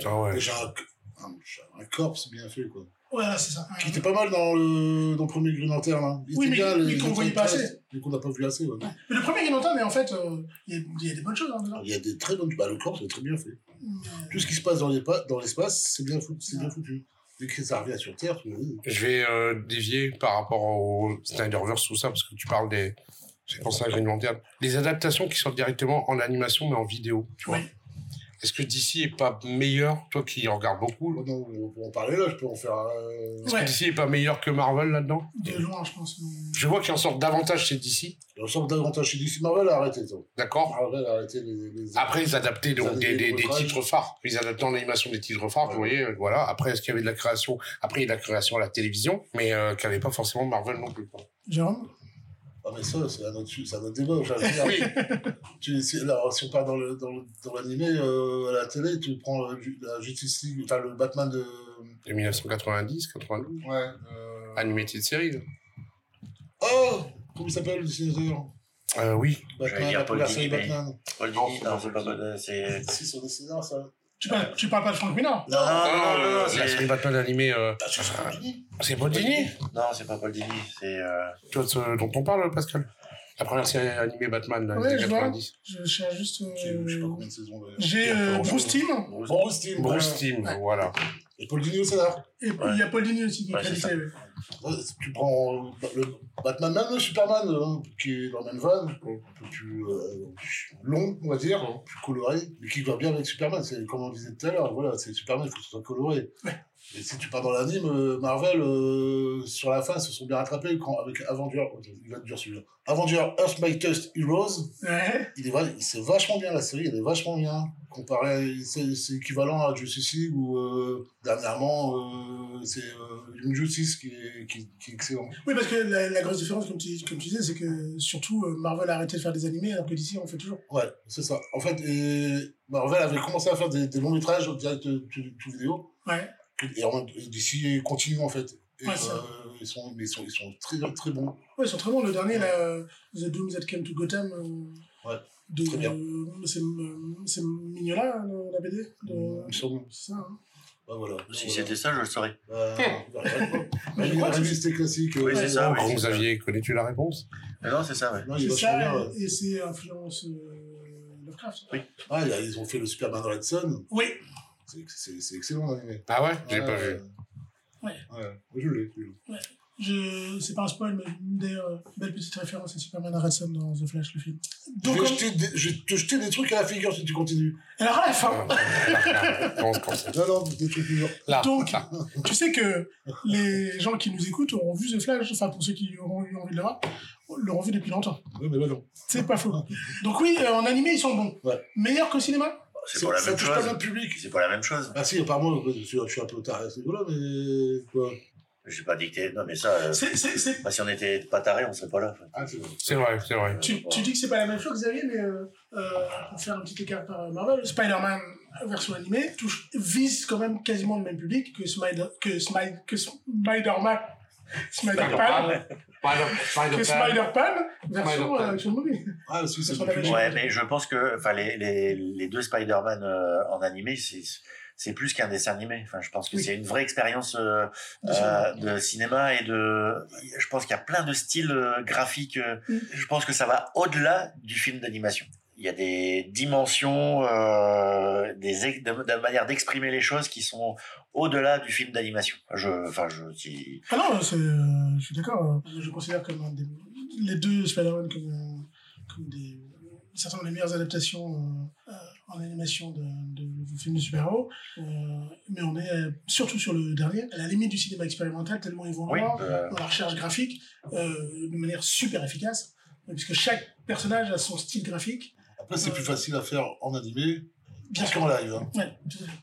Ah ouais. Déjà, un, un, un corpse bien fait, quoi. Voilà, c'est ça. Qui était pas mal dans le, dans le premier Green Lantern. Hein. Il Oui, était mais- bien, mais les- qu'on les voyait trucs pas très- assez. Mais qu'on n'a pas vu assez, ouais. Mais le premier Green Lantern, mais en fait, euh, il y, a- il y a des bonnes choses hein, dedans. Il y a des très bonnes. Bah, le corpse est très bien fait. Mais- Tout ce qui se passe dans les pa- dans l'espace, c'est bien, fou- c'est bien foutu. Dès que ça revient sur Terre, tu vois, Je vais euh, dévier par rapport au Snyderverse, tout ça, parce que tu parles des. C'est pour ça que Green Lantern. Les adaptations qui sortent directement en animation, mais en vidéo. Tu vois. Oui. Est-ce que DC est pas meilleur, toi qui en regardes beaucoup, Oh non, on peut en parler là, je peux en faire. euh, est-ce Ouais. que DC est pas meilleur que Marvel là-dedans De loin, je pense. mais- Je vois qu'il en sort davantage chez DC, L'ensemble d'avantages chez DC Marvel a arrêté ça. d'accord Marvel a arrêté les. les- Après, ils adaptaient donc Ça, des, c'est des- des l'ouvrage. titres phares. Ils adaptaient en animation des titres phares, Ouais. vous voyez, euh, voilà. Après, est-ce qu'il y avait de la création Après, il y a de la création à la télévision, mais euh, qu'il n'y avait pas forcément Marvel non plus. quoi. Jérôme Ah, mais ça, c'est un autre, c'est un autre débat. enfin, je veux Oui, dire, <laughs> tu- si, alors, si on part dans l'animé, dans, le- dans l'animé, euh, à la télé, tu prends euh, ju- la Justice League, enfin le Batman de. de 1990, 92. Ouais. euh, Animated série. Oh Comment il s'appelle le dessinateur Euh, oui. Batman, dire la Paul première série Dini, mais- Batman. Paul Non, Dini, c'est non, pas c'est Paul pas Dini. bon, euh, c'est. Si, son dessinateur, ça. tu parles, tu parles pas de Frank Miller Non, Ah, non, non, non, non, Euh, la c'est- série Batman animée. euh, Ah, c'est son Dini. c'est Bodini Non, c'est pas Paul Dini, c'est. euh, Tu vois ce dont on parle, Pascal La première série animée Batman, là, Ouais, les années je vois. 90. Je cherche juste. euh, Je sais pas combien de saisons. d'ailleurs. J'ai euh, Bruce Timm. Bruce Timm. Bruce ouais. Timm, Ouais. voilà. Et Paul Dini c'est là. Et puis, il y a Paul Dini aussi qui Ouais, est crédité. c'est ça. ouais. Ouais, Tu prends euh, le Batman, même le Superman, hein, qui est dans la même vanne, un peu plus euh, long, on va dire, plus coloré, mais qui va bien avec Superman. C'est comme on disait tout à l'heure, voilà, c'est Superman, il faut que ce soit coloré. Et si tu pars dans l'anime, euh, Marvel, euh, sur la fin, se sont bien rattrapés quand, avec Avenger, il va être dur celui-là. Avenger Earth Mightiest Heroes, Ouais. il est, va- il- c'est vachement bien la série, elle est vachement bien. Comparé, à- c'est c'est équivalent à Justice League où euh, dernièrement euh, c'est euh, Young Justice qui est, qui, qui est excellent. Oui, parce que la, la grosse différence, comme tu, comme tu disais, c'est que surtout euh, Marvel a arrêté de faire des animés alors que d'ici on fait toujours. Ouais, c'est ça. En fait, et Marvel avait commencé à faire des, des longs métrages en direct euh, tout, tout vidéo Ouais. et, en- et d'ici continue en fait. Et, Ouais, c'est euh, ils sont, mais ils sont, ils sont très très bons. Ouais, ils sont très bons. Le dernier, là, euh, The Doom That Came to Gotham. euh, Ouais, de- très bien. euh, c'est euh, c'est Mignola, hein, le- la BD de- Ils sont bons. C'est ça. hein. Bah, voilà. Si Voilà. c'était ça, je le saurais. Euh, Mais je crois que c'est- c'était classique. Oui, c'est ça, oui. Alors, Xavier, connais-tu la réponse Mais Non, c'est ça, ouais. Non, Ah, il est C'est vachement bien, ça, ouais. et, et c'est influence euh, Lovecraft. Oui. Ah, il y a- ils ont fait le Superman Red Son. Oui. C'est- C'est c'est excellent l'animé. Ah ouais J'ai pas Ouais. euh, vu. Ouais. Ouais, je l'ai. je l'ai. Je... C'est pas un spoil, mais d'ailleurs, euh, belle petite référence à Superman et Red Son dans The Flash, le film. Je Donc, vais, on- jeter des, je vais te jeter des trucs à la figure si tu continues. alors à la fin, Ah, là, là, on se concentre. Non, non, des trucs durs. Là, Donc, là. tu sais que les gens qui nous écoutent auront vu The Flash, enfin pour ceux qui auront eu envie de le voir, l'auront vu depuis longtemps. Oui, mais là, non. C'est pas faux. Donc oui, euh, en animé, ils sont bons. Ouais. Meilleur qu'au cinéma C'est pas la ça même touche pas le chose. même public. C'est pas la même chose. Ah si, apparemment, je suis, je suis un peu tard à ce niveau-là, mais... Quoi J'ai pas dicté. Non, mais ça, euh, C'est- c'est- c'est- bah, si on était pas tarés, on serait pas là. Ah, c'est bon. C'est vrai, c'est vrai. tu, tu dis que c'est pas la même chose, Xavier, mais euh, euh, pour faire un petit écart par Marvel, Spider-Man version animée touche, vise quand même quasiment le même public que Spider que Smi- que Spider-Man. Spider-Man. Que Spider-Man version euh, action movie. Ah, si, Parce c'est bon. qu'on avait- Ouais, mais je pense que enfin, les, les, les deux Spider-Man euh, en animé, c'est c'est plus qu'un dessin animé. Enfin, je pense que Oui. c'est une vraie expérience euh, De euh, cinéma. de cinéma et de. Je pense qu'il y a plein de styles euh, graphiques. euh, Mm. Je pense que ça va au-delà du film d'animation. Il y a des dimensions, euh, des ex- de, de manière d'exprimer les choses qui sont au-delà du film d'animation. Je, enfin, je, si- Ah non, c'est, euh, je suis d'accord. euh, Je le considère comme un des, les deux Spider-Man comme, euh, comme des, certaines des meilleures adaptations euh, euh, en animation de, de, de films de super-héros. Euh, mais on est euh, surtout sur le dernier, à la limite du cinéma expérimental, tellement ils vont oui, loin euh, dans la recherche graphique euh, de manière super efficace, euh, puisque chaque personnage a son style graphique. Après, c'est plus facile à faire en animé Bien sûr. qu'en live. Hein. Ouais.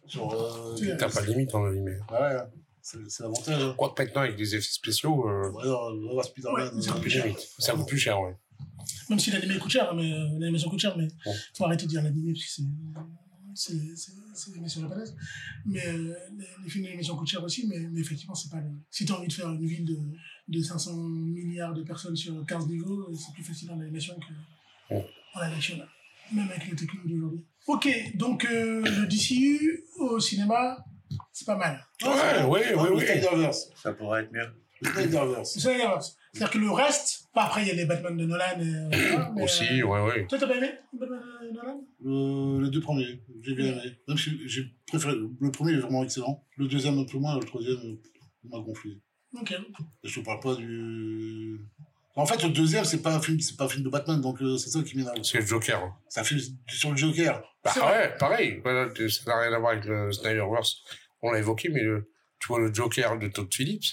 Sur, euh, Tu- T'as pas de limite en animé. Ouais, hein. c'est c'est l'avantage. Hein. Quoique maintenant, avec des effets spéciaux, euh, Ouais, alors, on va voir Spider-Man. Ouais, c'est euh, un peu plus cher. ça coûte plus cher, ouais. Même si l'animé coûte cher, hein, mais euh, l'animation coûte cher, mais Bon. faut arrêter de dire l'animé parce que c'est c'est c'est c'est l'animation japonaise. Mais euh, les, les films d'animation coûtent cher aussi, mais, mais effectivement c'est pas le. Si t'as envie de faire une ville de, de 500 milliards de personnes sur 15 niveaux, euh, c'est plus facile en animation que Bon. en animation là. Même avec les techniques d'aujourd'hui. Ok, donc euh, le DCU au cinéma, c'est pas mal. Ouais, ouais, Ah, ouais, le ouais. Snyderverse. ça pourrait être mieux. Le Snyderverse. C'est ça, la différence. C'est-à-dire que le reste, bah, après il y a les Batman de Nolan. Et, euh, voilà, mais, Aussi, euh, ouais, ouais. Toi t'as pas aimé Batman de Nolan Euh, les deux premiers, j'ai bien aimé. Même si j'ai préféré. Le premier est vraiment excellent. Le deuxième, un peu moins. Le troisième, euh, il m'a gonflé. Ok. Et je te parle pas du. En fait, le deuxième, c'est pas un film, c'est pas un film de Batman, donc euh, c'est ça qui m'énerve. C'est le Joker. hein. C'est un film sur le Joker. Bah C'est vrai. ouais, pareil. Voilà, tu- ça n'a rien à voir avec le Snyderverse. On l'a évoqué, mais le- tu vois le Joker de Todd Phillips,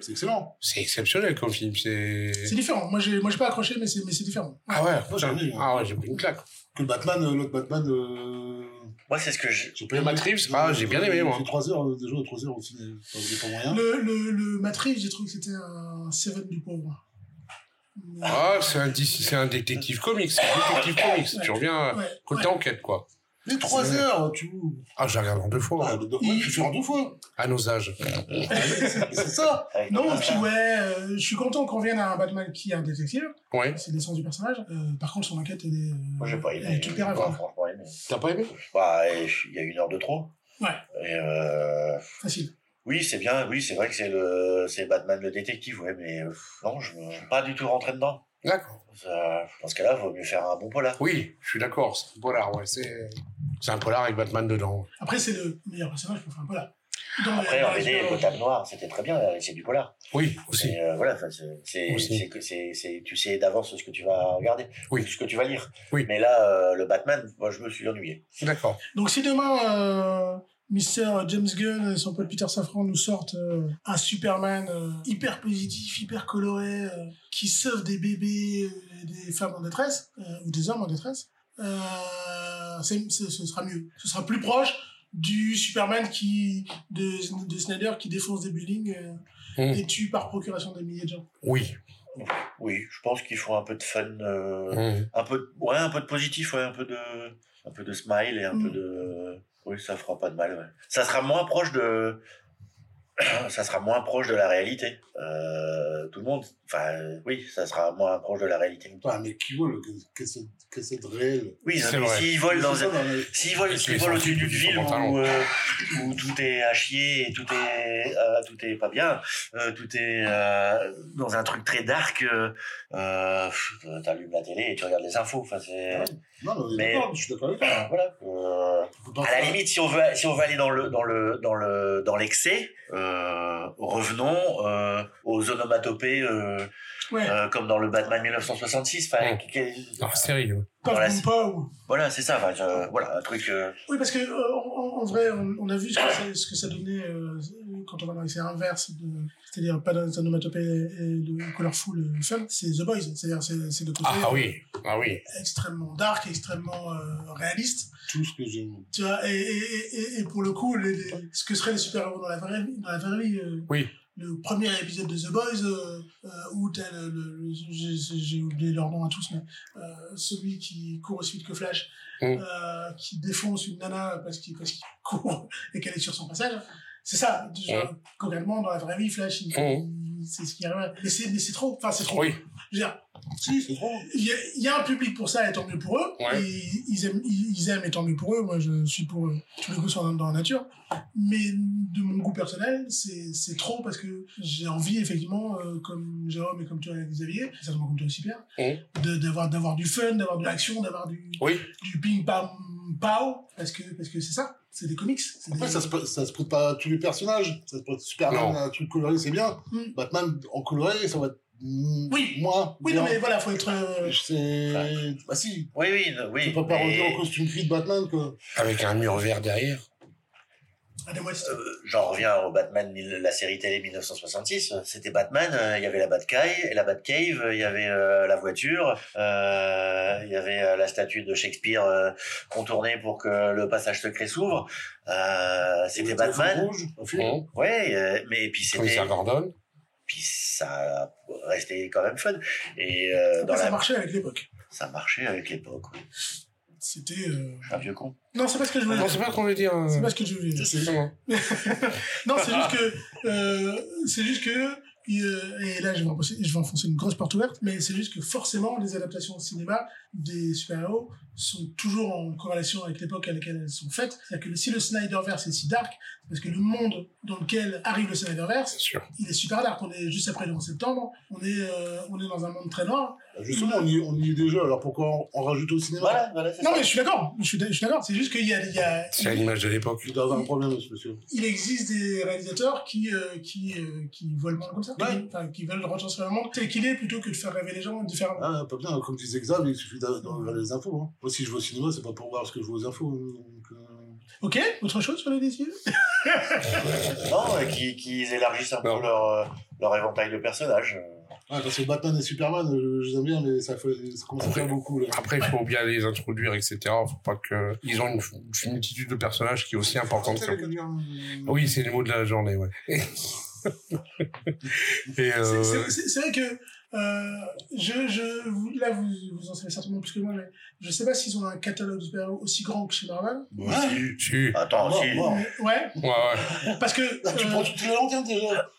C'est excellent. c'est exceptionnel comme film. C'est. C'est différent. Moi, j'ai, moi, j'ai pas accroché, mais c'est, mais c'est différent. Ah ouais, Moi, j'ai hein. aimé, moi. ah ouais, j'ai pris une claque. Que le Batman, euh, l'autre Batman. Euh... Moi, c'est ce que je. J'ai Le Matrix, ah, j'ai bien aimé, moi. J'ai 3 heures, euh, déjà, 3 heures au ciné. Enfin, j'ai pas Ah. moyen. Le, le, le Matrix, j'ai trouvé que c'était un Seven du pauvre. Mais- Ah, c'est un, dis- c'est un détective comics. c'est un détective comics. Tu reviens euh, ouais, côté ouais. enquête, quoi. Mais 3 heures, tu. Ah, je la regarde en deux fois. Ah, hein. le- ouais, tu fais en deux fois. À nos âges. Mais c'est ça. avec- Non, et puis ouais, euh, je suis content qu'on revienne à un Batman qui est un détective. Ouais. C'est l'essence du personnage. Euh, par contre, son enquête, elle est. euh, Moi, j'ai pas aimé. Elle est hyper J'ai pas avare. franchement aimé. T'as pas aimé Bah, et il y a une heure de trop. Ouais. Et euh, Facile. oui, c'est bien. Oui, c'est vrai que c'est le, c'est Batman le détective, ouais. Mais euh, non, je ne pas du tout rentré dedans. D'accord. Ça, dans ce cas-là, vaut mieux faire un bon polar. Oui, je suis d'accord. C'est un polar, ouais. C'est c'est un polar avec Batman dedans. Après, c'est le meilleur personnage pour faire un peu là. Dans euh, Après, dans en BD, dans- le tape noir, c'était très bien, euh, c'est du polar. Oui, aussi. Mais, euh, voilà, enfin, c'est, c'est, Aussi. c'est que c'est, c'est, tu sais d'avance ce que tu vas regarder, Oui. ce que tu vas lire. Oui. Mais là, euh, le Batman, moi, je me suis ennuyé. D'accord. Donc si demain, euh, Mr. James Gunn et son pote Peter Safran nous sortent euh, un Superman euh, hyper positif, hyper coloré, euh, qui sauve des bébés, euh, des femmes en détresse, euh, ou des hommes en détresse, euh, c'est- c'est- ce sera mieux. Ce sera plus proche du Superman qui de, de Snyder qui défonce des buildings euh, Mm. et tue par procuration des milliers de gens. Oui. Oui, je pense qu'il faut un peu de fun, euh, Mmh. un peu, de- ouais, un peu de positif, ouais, un peu de, un peu de smile et un Mm. peu de, oui, ça fera pas de mal. ouais. Ça sera moins proche de, <clears throat> ça sera moins proche de la réalité. Euh, tout le monde, enfin, oui, ça sera moins proche de la réalité. Putain, mais qui vole Qu'est-ce que c'est de réel Oui, C'est mais vrai. s'ils volent dans C'est un, ça, mais- S'ils volent, Et s'ils qu'ils volent sont au-dessus d'une foutus sur ville mon talent. où, euh, où tout est à chier et tout est, euh, tout est pas bien, euh, tout est euh, dans un truc très dark, euh, euh, pff, t'allumes la télé et tu regardes les infos. Enfin, c'est, <clears throat> Non, mais, Mais- d'accord, je suis d'accord avec toi. voilà. Euh, Faut pas à la faire- limite, si on veut, si on veut aller dans le, dans le, dans le, dans l'excès, euh, revenons euh, aux onomatopées, euh, Ouais, euh, comme dans le Batman 1966. Enfin, Mm. quel- Ah, série, ouais. pas voilà, boum, c'est- pas ou- voilà, c'est ça. Enfin, je- voilà, un truc. euh, Oui, parce que euh, en, en vrai, on, on a vu ce que ça, ce que ça donnait euh, quand on va dans les inverse, de- c'est-à-dire pas dans les onomatopées et de colorful et fun, c'est The Boys, c'est-à-dire c'est c'est le côté Ah, ah oui. Ah oui. extrêmement dark, extrêmement euh, réaliste, Tout ce que j'aime. tu vois, et, et, et, et pour le coup, les- les- ce que seraient les super-héros dans la vraie vie, dans la vraie vie euh, Oui. le premier épisode de The Boys, euh, euh, où t'as le, le- le- j'ai- j'ai j'ai oublié leur nom à tous, mais euh, celui qui court aussi vite que Flash, Mm. euh, qui défonce une nana parce qu'il parce qu'il <laughs> court et qu'elle est sur son passage. C'est ça, du Mm. genre, concrètement, dans la vraie vie, Flash, il- il- c'est ce qui arrive. Mais c'est mais c'est trop, enfin c'est trop. Oui. Je veux dire, Si, c'est trop. il y, a- il y a un public pour ça et tant mieux pour eux. Ouais. Et ils aiment, ils, ils aiment et tant mieux pour eux. Moi, je suis pour euh, tous les goûts sont dans la nature. Mais de mon goût personnel, c'est c'est trop parce que j'ai envie, effectivement, euh, comme Jérôme et comme toi, Xavier, ça se comme toi aussi, Pierre, Ouais. de- d'avoir d'avoir du fun, d'avoir de l'action, d'avoir du, Oui. du ping pam pow. Parce que c'est parce que c'est ça, c'est des comics. c'est Après, des- ça se, prête- ça se prête pas à tous les personnages. Ça se prête Superman Non. à un truc coloré, c'est bien. Mm. Batman en coloré, ça va être mm, Oui. moins. Oui, bien. non, mais voilà, faut être. euh, C'est. Bah si, Oui, oui, oui. tu peux pas mais- revenir au costume gris de Batman, quoi. Avec un mur vert derrière. à des moistes. Euh, j'en reviens au Batman, la série télé 1966. euh, C'était Batman, euh, il y avait la Batcave, la Batcave, euh, il y avait euh, la voiture, euh, il y avait euh, la statue de Shakespeare euh, contournée pour que le passage secret s'ouvre. Euh, c'était Le téléphone Batman. rouge, un film. Mmh. Ouais, euh, mais puis c'était, Commissaire Gordon. puis ça restait quand même fun. Et euh, dans Après, Ça la, marchait avec l'époque. ça marchait avec l'époque. ouais. C'était. euh, Je suis Un vieux con. Non, c'est pas ce que je voulais Non, c'est dire. pas ce qu'on veut dire. euh, C'est pas ce que je voulais dire. Exactement. Non, c'est juste que, euh, c'est juste que, euh, et là je vais, enfoncer, je vais enfoncer une grosse porte ouverte, mais c'est juste que forcément les adaptations au cinéma des super-héros sont toujours en corrélation avec l'époque à laquelle elles sont faites. C'est-à-dire que si le Snyderverse est si dark, c'est parce que le monde dans lequel arrive le Snyderverse, C'est sûr. il est super dark. On est juste après le 11 septembre, on est, euh, on est dans un monde très noir. Bah, Justement, Mm. on y, on y est déjà, alors pourquoi on, on rajoute au cinéma Voilà, voilà, c'est Non ça. mais je suis d'accord, je suis, je suis d'accord. C'est juste qu'il y a, il y a, C'est à l'image de l'époque. Il doit avoir un problème, ce monsieur. il existe des réalisateurs qui, euh, qui, euh, qui voient le monde comme ça, qui- Ouais. enfin, qui veulent retranscrire le monde tel qu'il est plutôt que de faire rêver les gens différemment. Ah, pas bien, comme disait Xav, il suffit d'a- d'avoir les infos. hein. Moi, si je vais au cinéma, c'est pas pour voir ce que je vois aux infos. hein, donc, euh, Ok, autre chose sur les DC Non, euh, qui, qui élargissent un peu Non. leur, euh, leur éventail de personnages. Ouais, parce que Batman et Superman, euh, je les aime bien, mais ça, fait, ça commence à faire beaucoup. Là. Après, il faut bien les introduire, etc. Faut pas que. Ils ont une, une multitude de personnages qui est aussi importante que. Ah Oui, c'est le mot de la journée, ouais. <laughs> Et C'est- euh, c'est- C'est c'est vrai que euh, je, je, vous, là, vous, vous en savez certainement plus que moi, mais je sais pas s'ils ont un catalogue de super-héros aussi grand que chez Marvel. si, si. Attends, Bon, si. bon. Mais- ouais, Ouais, ouais. parce que. Ah, tu euh, prends toutes les lanternes déjà.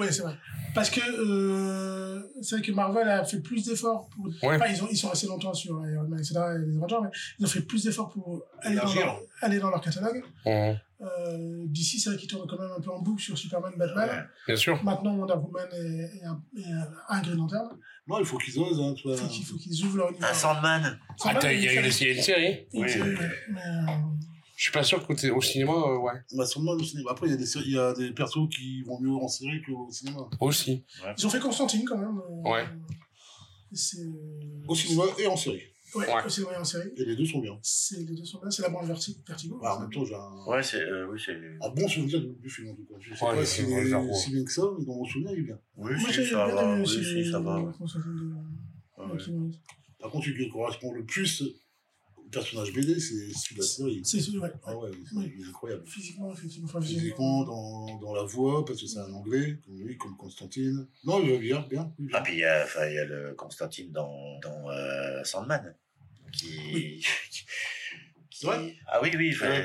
ouais, c'est vrai. Parce que euh, c'est vrai que Marvel a fait plus d'efforts pour. Ouais. Enfin, ils, ont, ils sont restés longtemps sur Iron Man, etc. et les Avengers, mais ils ont fait plus d'efforts pour aller dans, Élargir. leur, aller dans leur catalogue. On- Euh, D'ici, c'est vrai qu'ils tournent quand même un peu en boucle sur Superman, Batman. Bien sûr. Maintenant, Wonder Woman et, et un, et un- un Green Lantern. Non, il faut qu'ils osent. Hein, tu Il vois. faut qu'ils Ah, faut qu'ils ouvrent leur univers. Un Sandman. Sandman, Attends, il y a une eu une série. il y a une série Une Oui, série, oui. mais- mais, euh, Je suis pas sûr que t'es- au cinéma, euh, ouais. Bah, sûrement le cinéma. Après, il y, a des séries- il y a des persos qui vont mieux en série qu'au cinéma. Aussi. Ils ont fait Constantine quand même. euh, Ouais. C'est. euh, Au cinéma et en série. Ouais, Ouais. au cinéma et en série. Et les deux sont bien. C'est les deux sont là, c'est la branche verti- vertigo. Bah, en même temps, j'ai un, Ouais, c'est. euh, oui, c'est. Ah, un bon souvenir du, du film, en tout cas. Je sais Ouais, pas le- si, le Reservoir. si bien que ça, mais dans mon souvenir, il est bien. Oui, Moi, si, j'ai ça bien va. aimé Oui, aussi si, ça va. ouais. Constantine de- Ouais, ouais. Kimono. Par contre, celui qui correspond le plus au personnage BD, c'est celui de la série. C'est celui, ouais. Ah ouais, il Ouais. est- il est incroyable. Physiquement, effectivement. Enfin, Physiquement, dans, dans la voix, parce que c'est un anglais, comme lui, comme Constantine. Non, il est bien, bien. il est bien. Ah, puis il y a, enfin, il y a le Constantine dans, dans euh, Sandman. <laughs> Qui. qui- Ouais. Ah oui, oui. enfin, Ouais.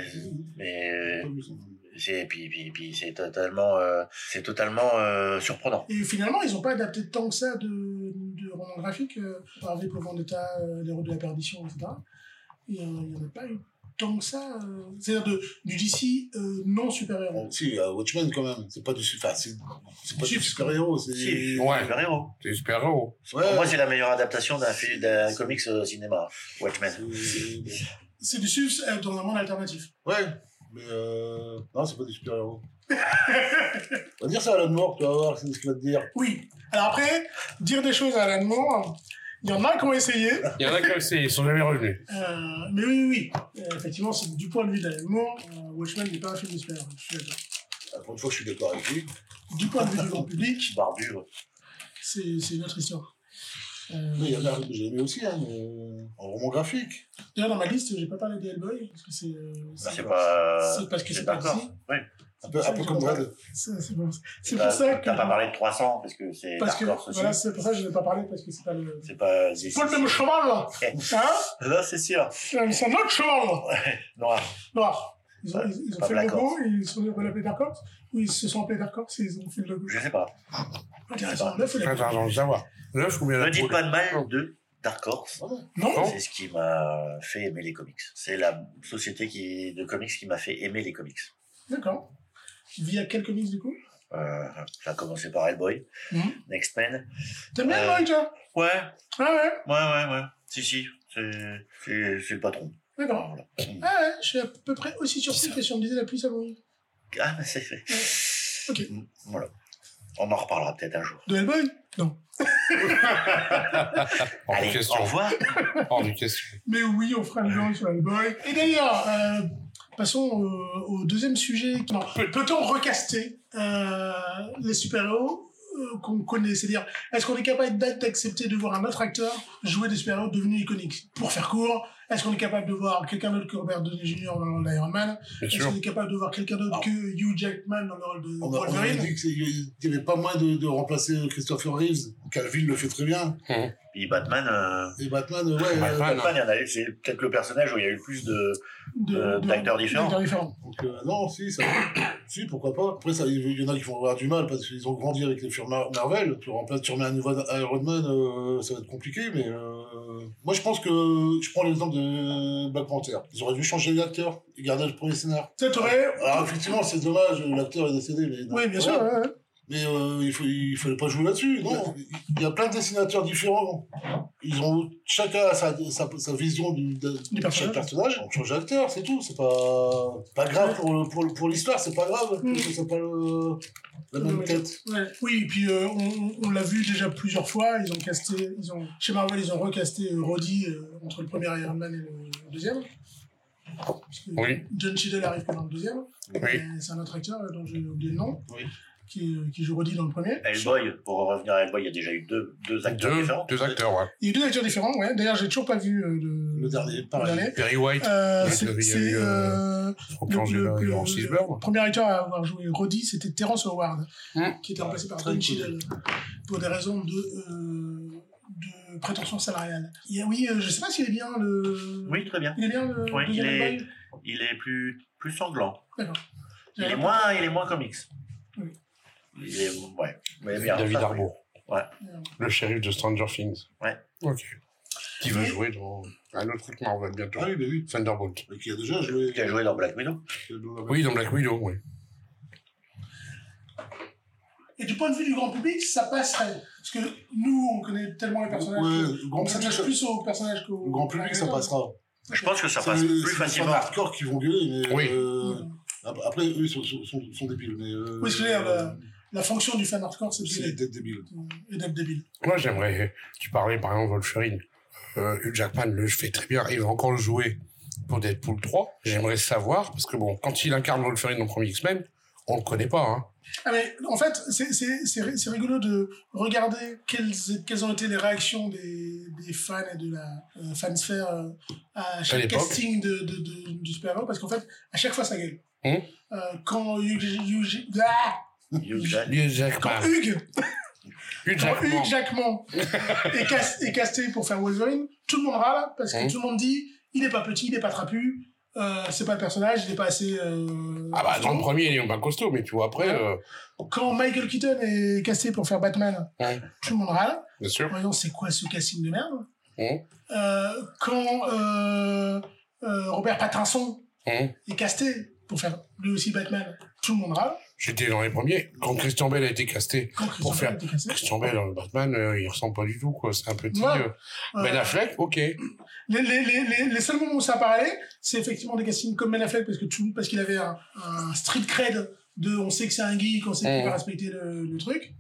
Mais. euh, Pas vu ça. c'est puis, puis, puis c'est totalement, euh, c'est totalement euh, surprenant. Et finalement, ils n'ont pas adapté tant que ça de, de romans graphiques, euh, par V pour Vendetta, euh, Les Routes de la Perdition, etc. euh, Il n'y en a pas eu tant que ça. euh, C'est-à-dire de- du DC euh, non super-héros. Bon, si, euh, Watchmen quand même, c'est pas du, su- enfin, c'est, c'est pas du super-héros, c'est. Si, Ouais. super héros. C'est super héros. Ouais, oh. Pour moi, c'est la meilleure adaptation d'un film- d'un comics au cinéma, Watchmen. c'est- C'est du sus euh, dans un monde alternatif. Ouais, mais euh... non, c'est pas des super-héros. On va dire ça à Alan Moore, tu vas voir c'est ce qu'il va te dire. Oui. Alors après, dire des choses à Alan Moore, il y en a qui ont essayé. Il y en a qui c'est- ils sont jamais revenus. Euh, mais oui, oui, oui. Euh, effectivement, c'est du point de vue d'Alan Moore, euh, Watchmen n'est pas un film de super-héros. je suis d'accord. La première fois, je suis d'accord avec lui. Du point de vue du grand public, Barbu. ouais. c'est c'est une autre histoire. Euh, Mais il y en a que j'ai aimé aussi, hein, mais en roman graphique. D'ailleurs, dans ma liste, j'ai pas parlé des Hellboy, parce que c'est. euh, Ça, Bah, C'est pas. C'est parce que c'est pas d'accord. ici. Oui. Un peu, un peu comme Red. C'est c'est pour, c'est pour T'as ça que. t'as pas parlé de 300 parce que c'est parce Dark que, Horse aussi. voilà, c'est pour ça que je n'ai pas parlé, parce que c'est pas le. C'est pas. C'est pas le même cheval, là Hein Là, c'est sûr. C'est c'est un autre cheval, là Noir. Noir Ils ont, Ouais, ils, ils c'est ont pas fait le Black logo, ils se sont appelés Dark Horse, ou ils se sont appelés Dark Horse et ils ont fait le logo. Je sais pas. Intéressant, là, faut les- Attends, attends, je vais voir. Neuf ou bien Euh, la Ne dites poule pas de mal de Dark Horse. Non C'est ce qui m'a fait aimer les comics. C'est la société qui, de comics qui m'a fait aimer les comics. D'accord. Via quelques mix, du coup. Euh, ça a commencé par Hellboy, Mhm. Next Man. T'aimes bien Euh, Hellboy, toi Ouais, Ah ouais ouais, ouais, ouais. Si, si. C'est c'est- c'est le patron. D'accord. Voilà. Ah ouais, je suis à peu près aussi surpris que si on me disait la pluie, ça mouille. Ah, bah, c'est fait. Ok. Voilà. On en reparlera peut-être un jour. De Hellboy Non. Hors de Allez, au question. revoir. Hors de question. Mais oui, on fera un bilan sur Hellboy. Et d'ailleurs, euh, passons euh, au deuxième sujet. Non, Peut-on recaster euh, les super-héros euh, qu'on connaît C'est-à-dire, est-ce qu'on est capable d'a- d'accepter de voir un autre acteur jouer des super-héros devenus iconiques Pour faire court, est-ce qu'on est capable de voir quelqu'un d'autre que Robert Downey Jr. dans le rôle d'Iron Man Bien Est-ce sûr. <laughs> qu'on est capable de voir quelqu'un d'autre que Hugh Jackman dans le rôle de On a, on a Wolverine dit que c'est- qu'il n'y avait pas moyen de, de remplacer Christopher Reeves. Calvin le fait très bien. Puis Batman, euh, Et Batman, euh, ouais. Batman. euh, Ah, non. Batman, il y en a eu- c'est peut-être le personnage où il y a eu le plus de. De- Euh, de- d'acteurs différents. d'acteurs différents. donc, euh, non, si, ça, <coughs> si, pourquoi pas. Après, ça, il y en a qui vont avoir du mal parce qu'ils ont grandi avec les films Mar- Marvel. Tu remplaces, tu remets un nouveau Iron Man, euh, ça va être compliqué, mais euh, moi, je pense que je prends l'exemple de Black Panther. Ils auraient dû changer d'acteur et garder le premier scénar. Ça t'aurait. Alors, effectivement, c'est dommage, l'acteur est décédé, mais. Oui, bien voilà. sûr. ouais, ouais. Mais euh, il, faut, il fallait pas jouer là-dessus. Non, il y a plein de dessinateurs différents. Ils ont chacun a sa, sa, sa vision du, de, Du de chaque personnage. personnage. On change d'acteur, c'est tout. C'est pas pas grave pour le- pour, le- pour l'histoire. C'est pas grave. Mm. parce que C'est pas le, la même tête. Ouais. Oui, et puis euh, on, on l'a vu déjà plusieurs fois. Ils ont casté, ils ont, chez Marvel, ils ont recasté euh, Roddy euh, entre le premier Iron Man et le deuxième. Parce que Oui. John Cheadle arrive pendant le deuxième. Oui. Et C'est un autre acteur euh, dont j'ai oublié le nom, Oui. qui, euh, qui joue Roddy dans le premier. Hellboy, pour revenir à Hellboy, il y a déjà eu deux, deux acteurs Deux, différents. deux acteurs, ouais. Il y a eu deux acteurs différents. Ouais. D'ailleurs, j'ai toujours pas vu euh, le, Le dernier, pareil. le dernier. Perry White, Euh, Ouais, c'est il y a c'est, eu, euh, son le, plongé le- euh, dans le- dans le Silverman. premier acteur à avoir joué Roddy, c'était Terrence Howard, Hmm. qui était remplacé par Très Don cool. Cheadle pour des raisons de, euh, de prétention salariale. Il y a- oui, euh, je sais pas s'il est bien le. Oui, très bien. Il est bien le. Oui, deuxième il est- Hellboy Il est plus, plus sanglant. D'accord. Il est moins, il est moins comics. Oui. Il est, ouais. Mais bien, David ça, Harbour. Ouais. Le shérif de Stranger Things. Ouais. Ok. Qui va Et- jouer dans un autre truc Marvel bientôt. Ah oui, bah oui. Thunderbolt. Qui a déjà joué. Qui a joué dans Black Widow. Oui, dans Black Widow, oui. Et du point de vue du grand public, ça passerait. Parce que nous, on connaît tellement les personnages. Ouais, que le grand on s'attache public, plus ça- aux personnages qu'aux. Le grand public, ça passera. Je pense que ça C'est passe les- c'est plus les fans facilement. hardcore qui vont gueuler, mais. Oui. euh, ap- après, eux, ils sont, sont, sont, sont débiles. Mais, euh, Oui, c'est clair, bah. euh, La fonction du fan hardcore, c'est c'est de d'être débile. et d'être débile. Moi, j'aimerais. Tu parlais par exemple Wolverine. Euh, Hugh Jackman le fait très bien. Il va encore le jouer pour Deadpool 3. J'aimerais savoir, parce que bon, quand il incarne Wolverine dans le premier X-Men, on le connaît pas. Hein. Ah, mais en fait, c'est- c'est c'est ri- c'est rigolo de regarder quelles, quelles ont été les réactions des, des fans et de la euh, fansphère euh, à chaque l'époque. casting de, de, de- du super-héros, parce qu'en fait, à chaque fois, ça gueule. Hmm. Euh, quand Hugh, Hugh- ah Hugh Jack- Hugh Jackman. quand Hugh Hugh Quand Jackman. Hugh Jackman <laughs> est, cas- est casté pour faire Wolverine, tout le monde râle parce que Mhm. tout le monde dit il est pas petit, il est pas trapu, euh, c'est pas le personnage, il est pas assez. euh, Ah bah, dans le costaud. premier, il est pas costaud, mais tu vois, après, euh, Quand Michael Keaton est casté pour faire Batman, Ouais. tout le monde râle. bien sûr. Voyons, c'est quoi ce casting de merde Mhm. Euh, Quand euh, euh, Robert Pattinson Mhm. est casté pour faire lui aussi Batman, tout le monde râle. J'étais dans les premiers. Quand Christian Bell a été casté, Quand Pour Christian faire Bale était casté, Christian Bell dans le Batman, euh, il ressemble pas du tout, quoi. C'est un petit. Ouais. euh, euh, Ben Affleck, ok. Les, les, les, les, les seuls moments où ça parlait, c'est effectivement des castings comme Ben Affleck parce que tout, parce qu'il avait un, un street cred de on sait que c'est un geek, on sait qu'il Mm. va respecter le, le truc.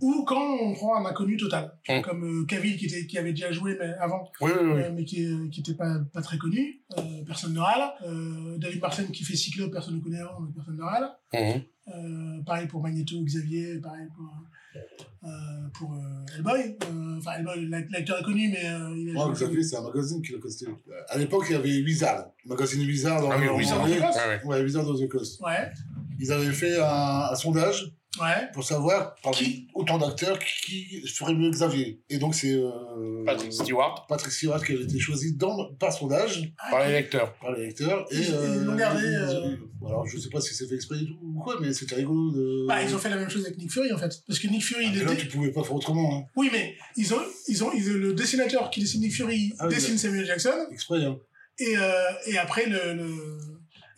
Ou quand on prend un inconnu total, tu vois, Mm. comme euh, Cavill qui, était, qui avait déjà joué mais avant, Oui, oui, oui. euh, mais qui n'était qui était pas, pas très connu, euh, personne ne râle. Euh, David Martin qui fait Cyclope, personne ne connaît rien, mais personne ne râle. Mhm. Euh, pareil pour Magneto, Xavier, pareil pour, euh, pour euh, Hellboy. Euh, Enfin, Hellboy, l'ac- l'acteur est connu, mais euh, il a Moi, Xavier, Ah, c'est un magazine qui l'a costé. À l'époque, il y avait Wizard. Magazine Wizard dans Ah oui, dans- Wizard. dans Ouais, les- Ouais, ouais. Ouais, Wizard dans The Coast. Ouais, Ils avaient fait un, un sondage ouais. pour savoir, parmi Qui autant d'acteurs, qui ferait mieux Xavier. Et donc, c'est. euh, Patrick Stewart, Patrick Stewart qui avait été choisi dans, par sondage par les lecteurs. par les lecteurs. Et, Ils- ils l'ont gardé, ils- euh, ils- Alors, je sais pas si c'est fait exprès du tout ou quoi, mais c'était rigolo. De... Bah, ils ont fait la même chose avec Nick Fury en fait. Parce que Nick Fury, Ah, il mais là, tu était. pouvais pas faire autrement. Hein. Oui, mais ils ont, ils ont, ils ont- le dessinateur qui dessine Nick Fury Ah oui, dessine bah. Samuel Jackson. Exprès, hein. Et, euh, et après, le, le-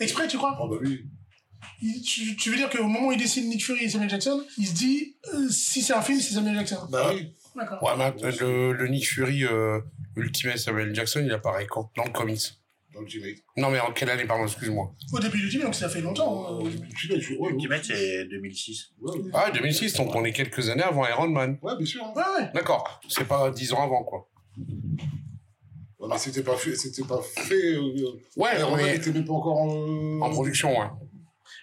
Exprès, tu crois Ah, bah oui. Il- tu, tu veux dire qu'au moment où il dessine Nick Fury et Samuel Jackson, il se dit euh, si c'est un film, c'est Samuel Jackson. Bah oui. D'accord. Ouais, mais le, le Nick Fury euh, Ultimate Samuel Jackson, il apparaît quand Dans le comics. Dans Ultimate. Non, mais en quelle année, pardon, excuse-moi. Au début du film, donc ça fait longtemps. Euh, euh, Ultimate, je- ouais, Ultimate, c'est 2006. Ouais, ouais. Ah, 2006, donc on est quelques années avant Iron Man. Ouais, bien sûr. hein. Ouais, ouais. D'accord, c'est pas 10 ans avant, quoi. Ouais, mais c'était pas fait. C'était pas fait. Euh... Ouais, Iron Man mais était même pas encore euh, en, en production, ouais.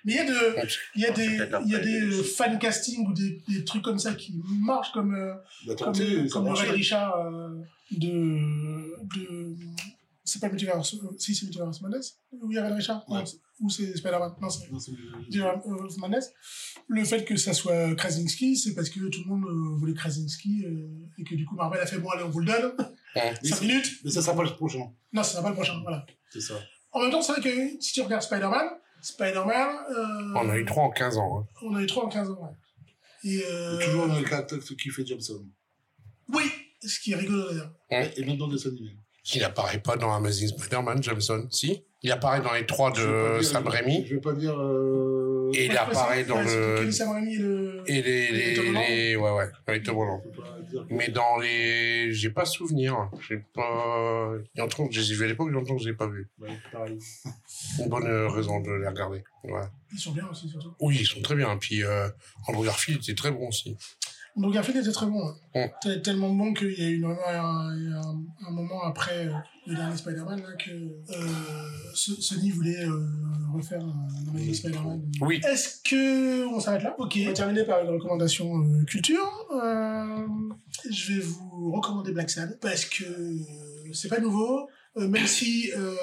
Mais il y a, de, il y a C'est des, peut-être il y a après. des euh, fan casting ou des, des trucs comme ça qui marchent comme. euh, Bah, comme, tenté, ça comme le marchait. Ray Richard euh, de, de c'est pas Multiverse euh, si c'est Multiverse Madness où il y a Ray Richard Ouais. Non, c'est- ou c'est Spider-Man non c'est Non, c'est- Multiverse euh, Madness le fait que ça soit Krasinski c'est parce que tout le monde euh, voulait Krasinski euh, et que du coup Marvel a fait bon allez on vous le donne Ouais. 5 minutes Mais ça sera pas le prochain. non ça sera pas le prochain voilà C'est ça. en même temps c'est vrai que si tu regardes Spider-Man Spider-Man euh, On a eu 3 en 15 ans. hein. on a eu 3 en 15 ans ouais. et euh, Et Toujours dans le caractère qui fait Johnson. oui ce qui est rigolo d'ailleurs Et même dans des animés. Il n'apparaît pas dans Amazing Spider-Man, Jameson, si. Il apparaît dans les 3 Je vais pas de dire- Sam Raimi. Je vais pas dire. euh, Et il Ouais, apparaît c'est- dans ouais, c'est le... Kenny Sam Raimi et le- Et les... les, Et Tom Holland. les- Ouais, ouais, avec Tom Holland. Je vais pas dire que- Mais dans les. J'ai pas souvenir. J'ai pas. Il y en a trop que je les ai vus à l'époque, il y en a trop que je les ai pas vus. Ouais, pareil. Une bonne euh, raison de les regarder. Ouais. Ils sont bien aussi, surtout. Oui, ils sont très bien. Puis euh, Andrew Garfield était très bon aussi. Donc Garfield était très bon. hein. Mm. T- Tellement bon qu'il y a eu vraiment un, il y a un- un moment après euh, le dernier Spider-Man là, que euh, So- Sony voulait euh, refaire un un Amazing Spider-Man. Oui. Est-ce que on s'arrête là Ok. On va terminer par une recommandation euh, culture. Euh, je vais vous recommander Black Sad parce que euh, c'est pas nouveau. Euh, même si euh,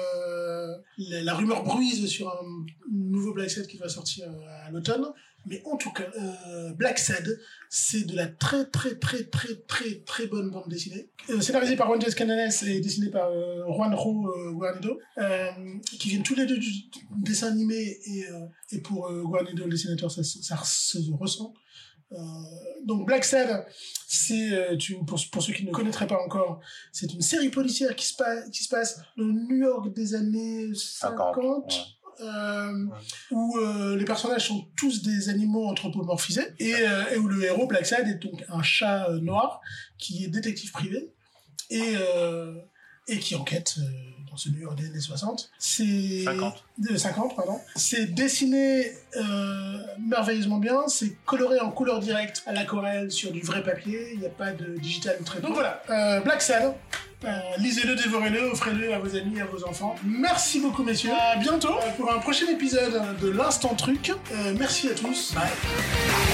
la, la rumeur bruise sur un nouveau Black Sad qui va sortir euh, à l'automne, mais en tout cas, euh, Black Sad, c'est de la très très très très très très bonne bande dessinée. Euh, scénarisée par Juan Jess Canales et dessinée par euh, Juanjo euh, Guarnido, euh, qui viennent tous les deux du dessin animé et, euh, et pour euh, Guarnido, le dessinateur, ça, se- ça se ressent. Euh, donc Black Sad, c'est euh, tu- pour, pour ceux qui ne connaîtraient pas encore, c'est une série policière qui se, pa- qui se passe dans le New York des années 50, 50, ouais. euh, où euh, les personnages sont tous des animaux anthropomorphisés et, euh, et où le héros Black Sad est donc un chat euh, noir qui est détective privé et euh, et qui enquête euh, dans ce milieu des années 60. C'est 50. de 50, pardon. C'est dessiné euh, merveilleusement bien, c'est coloré en couleur directe à l'aquarelle sur du vrai papier, il n'y a pas de digital ou très Donc voilà, euh, Black Sad. Euh, Lisez-le, dévorez-le, offrez-le à vos amis, à vos enfants. Merci beaucoup, messieurs. À bientôt euh, pour un prochain épisode de l'Instant Truc. Euh, merci à tous. Bye.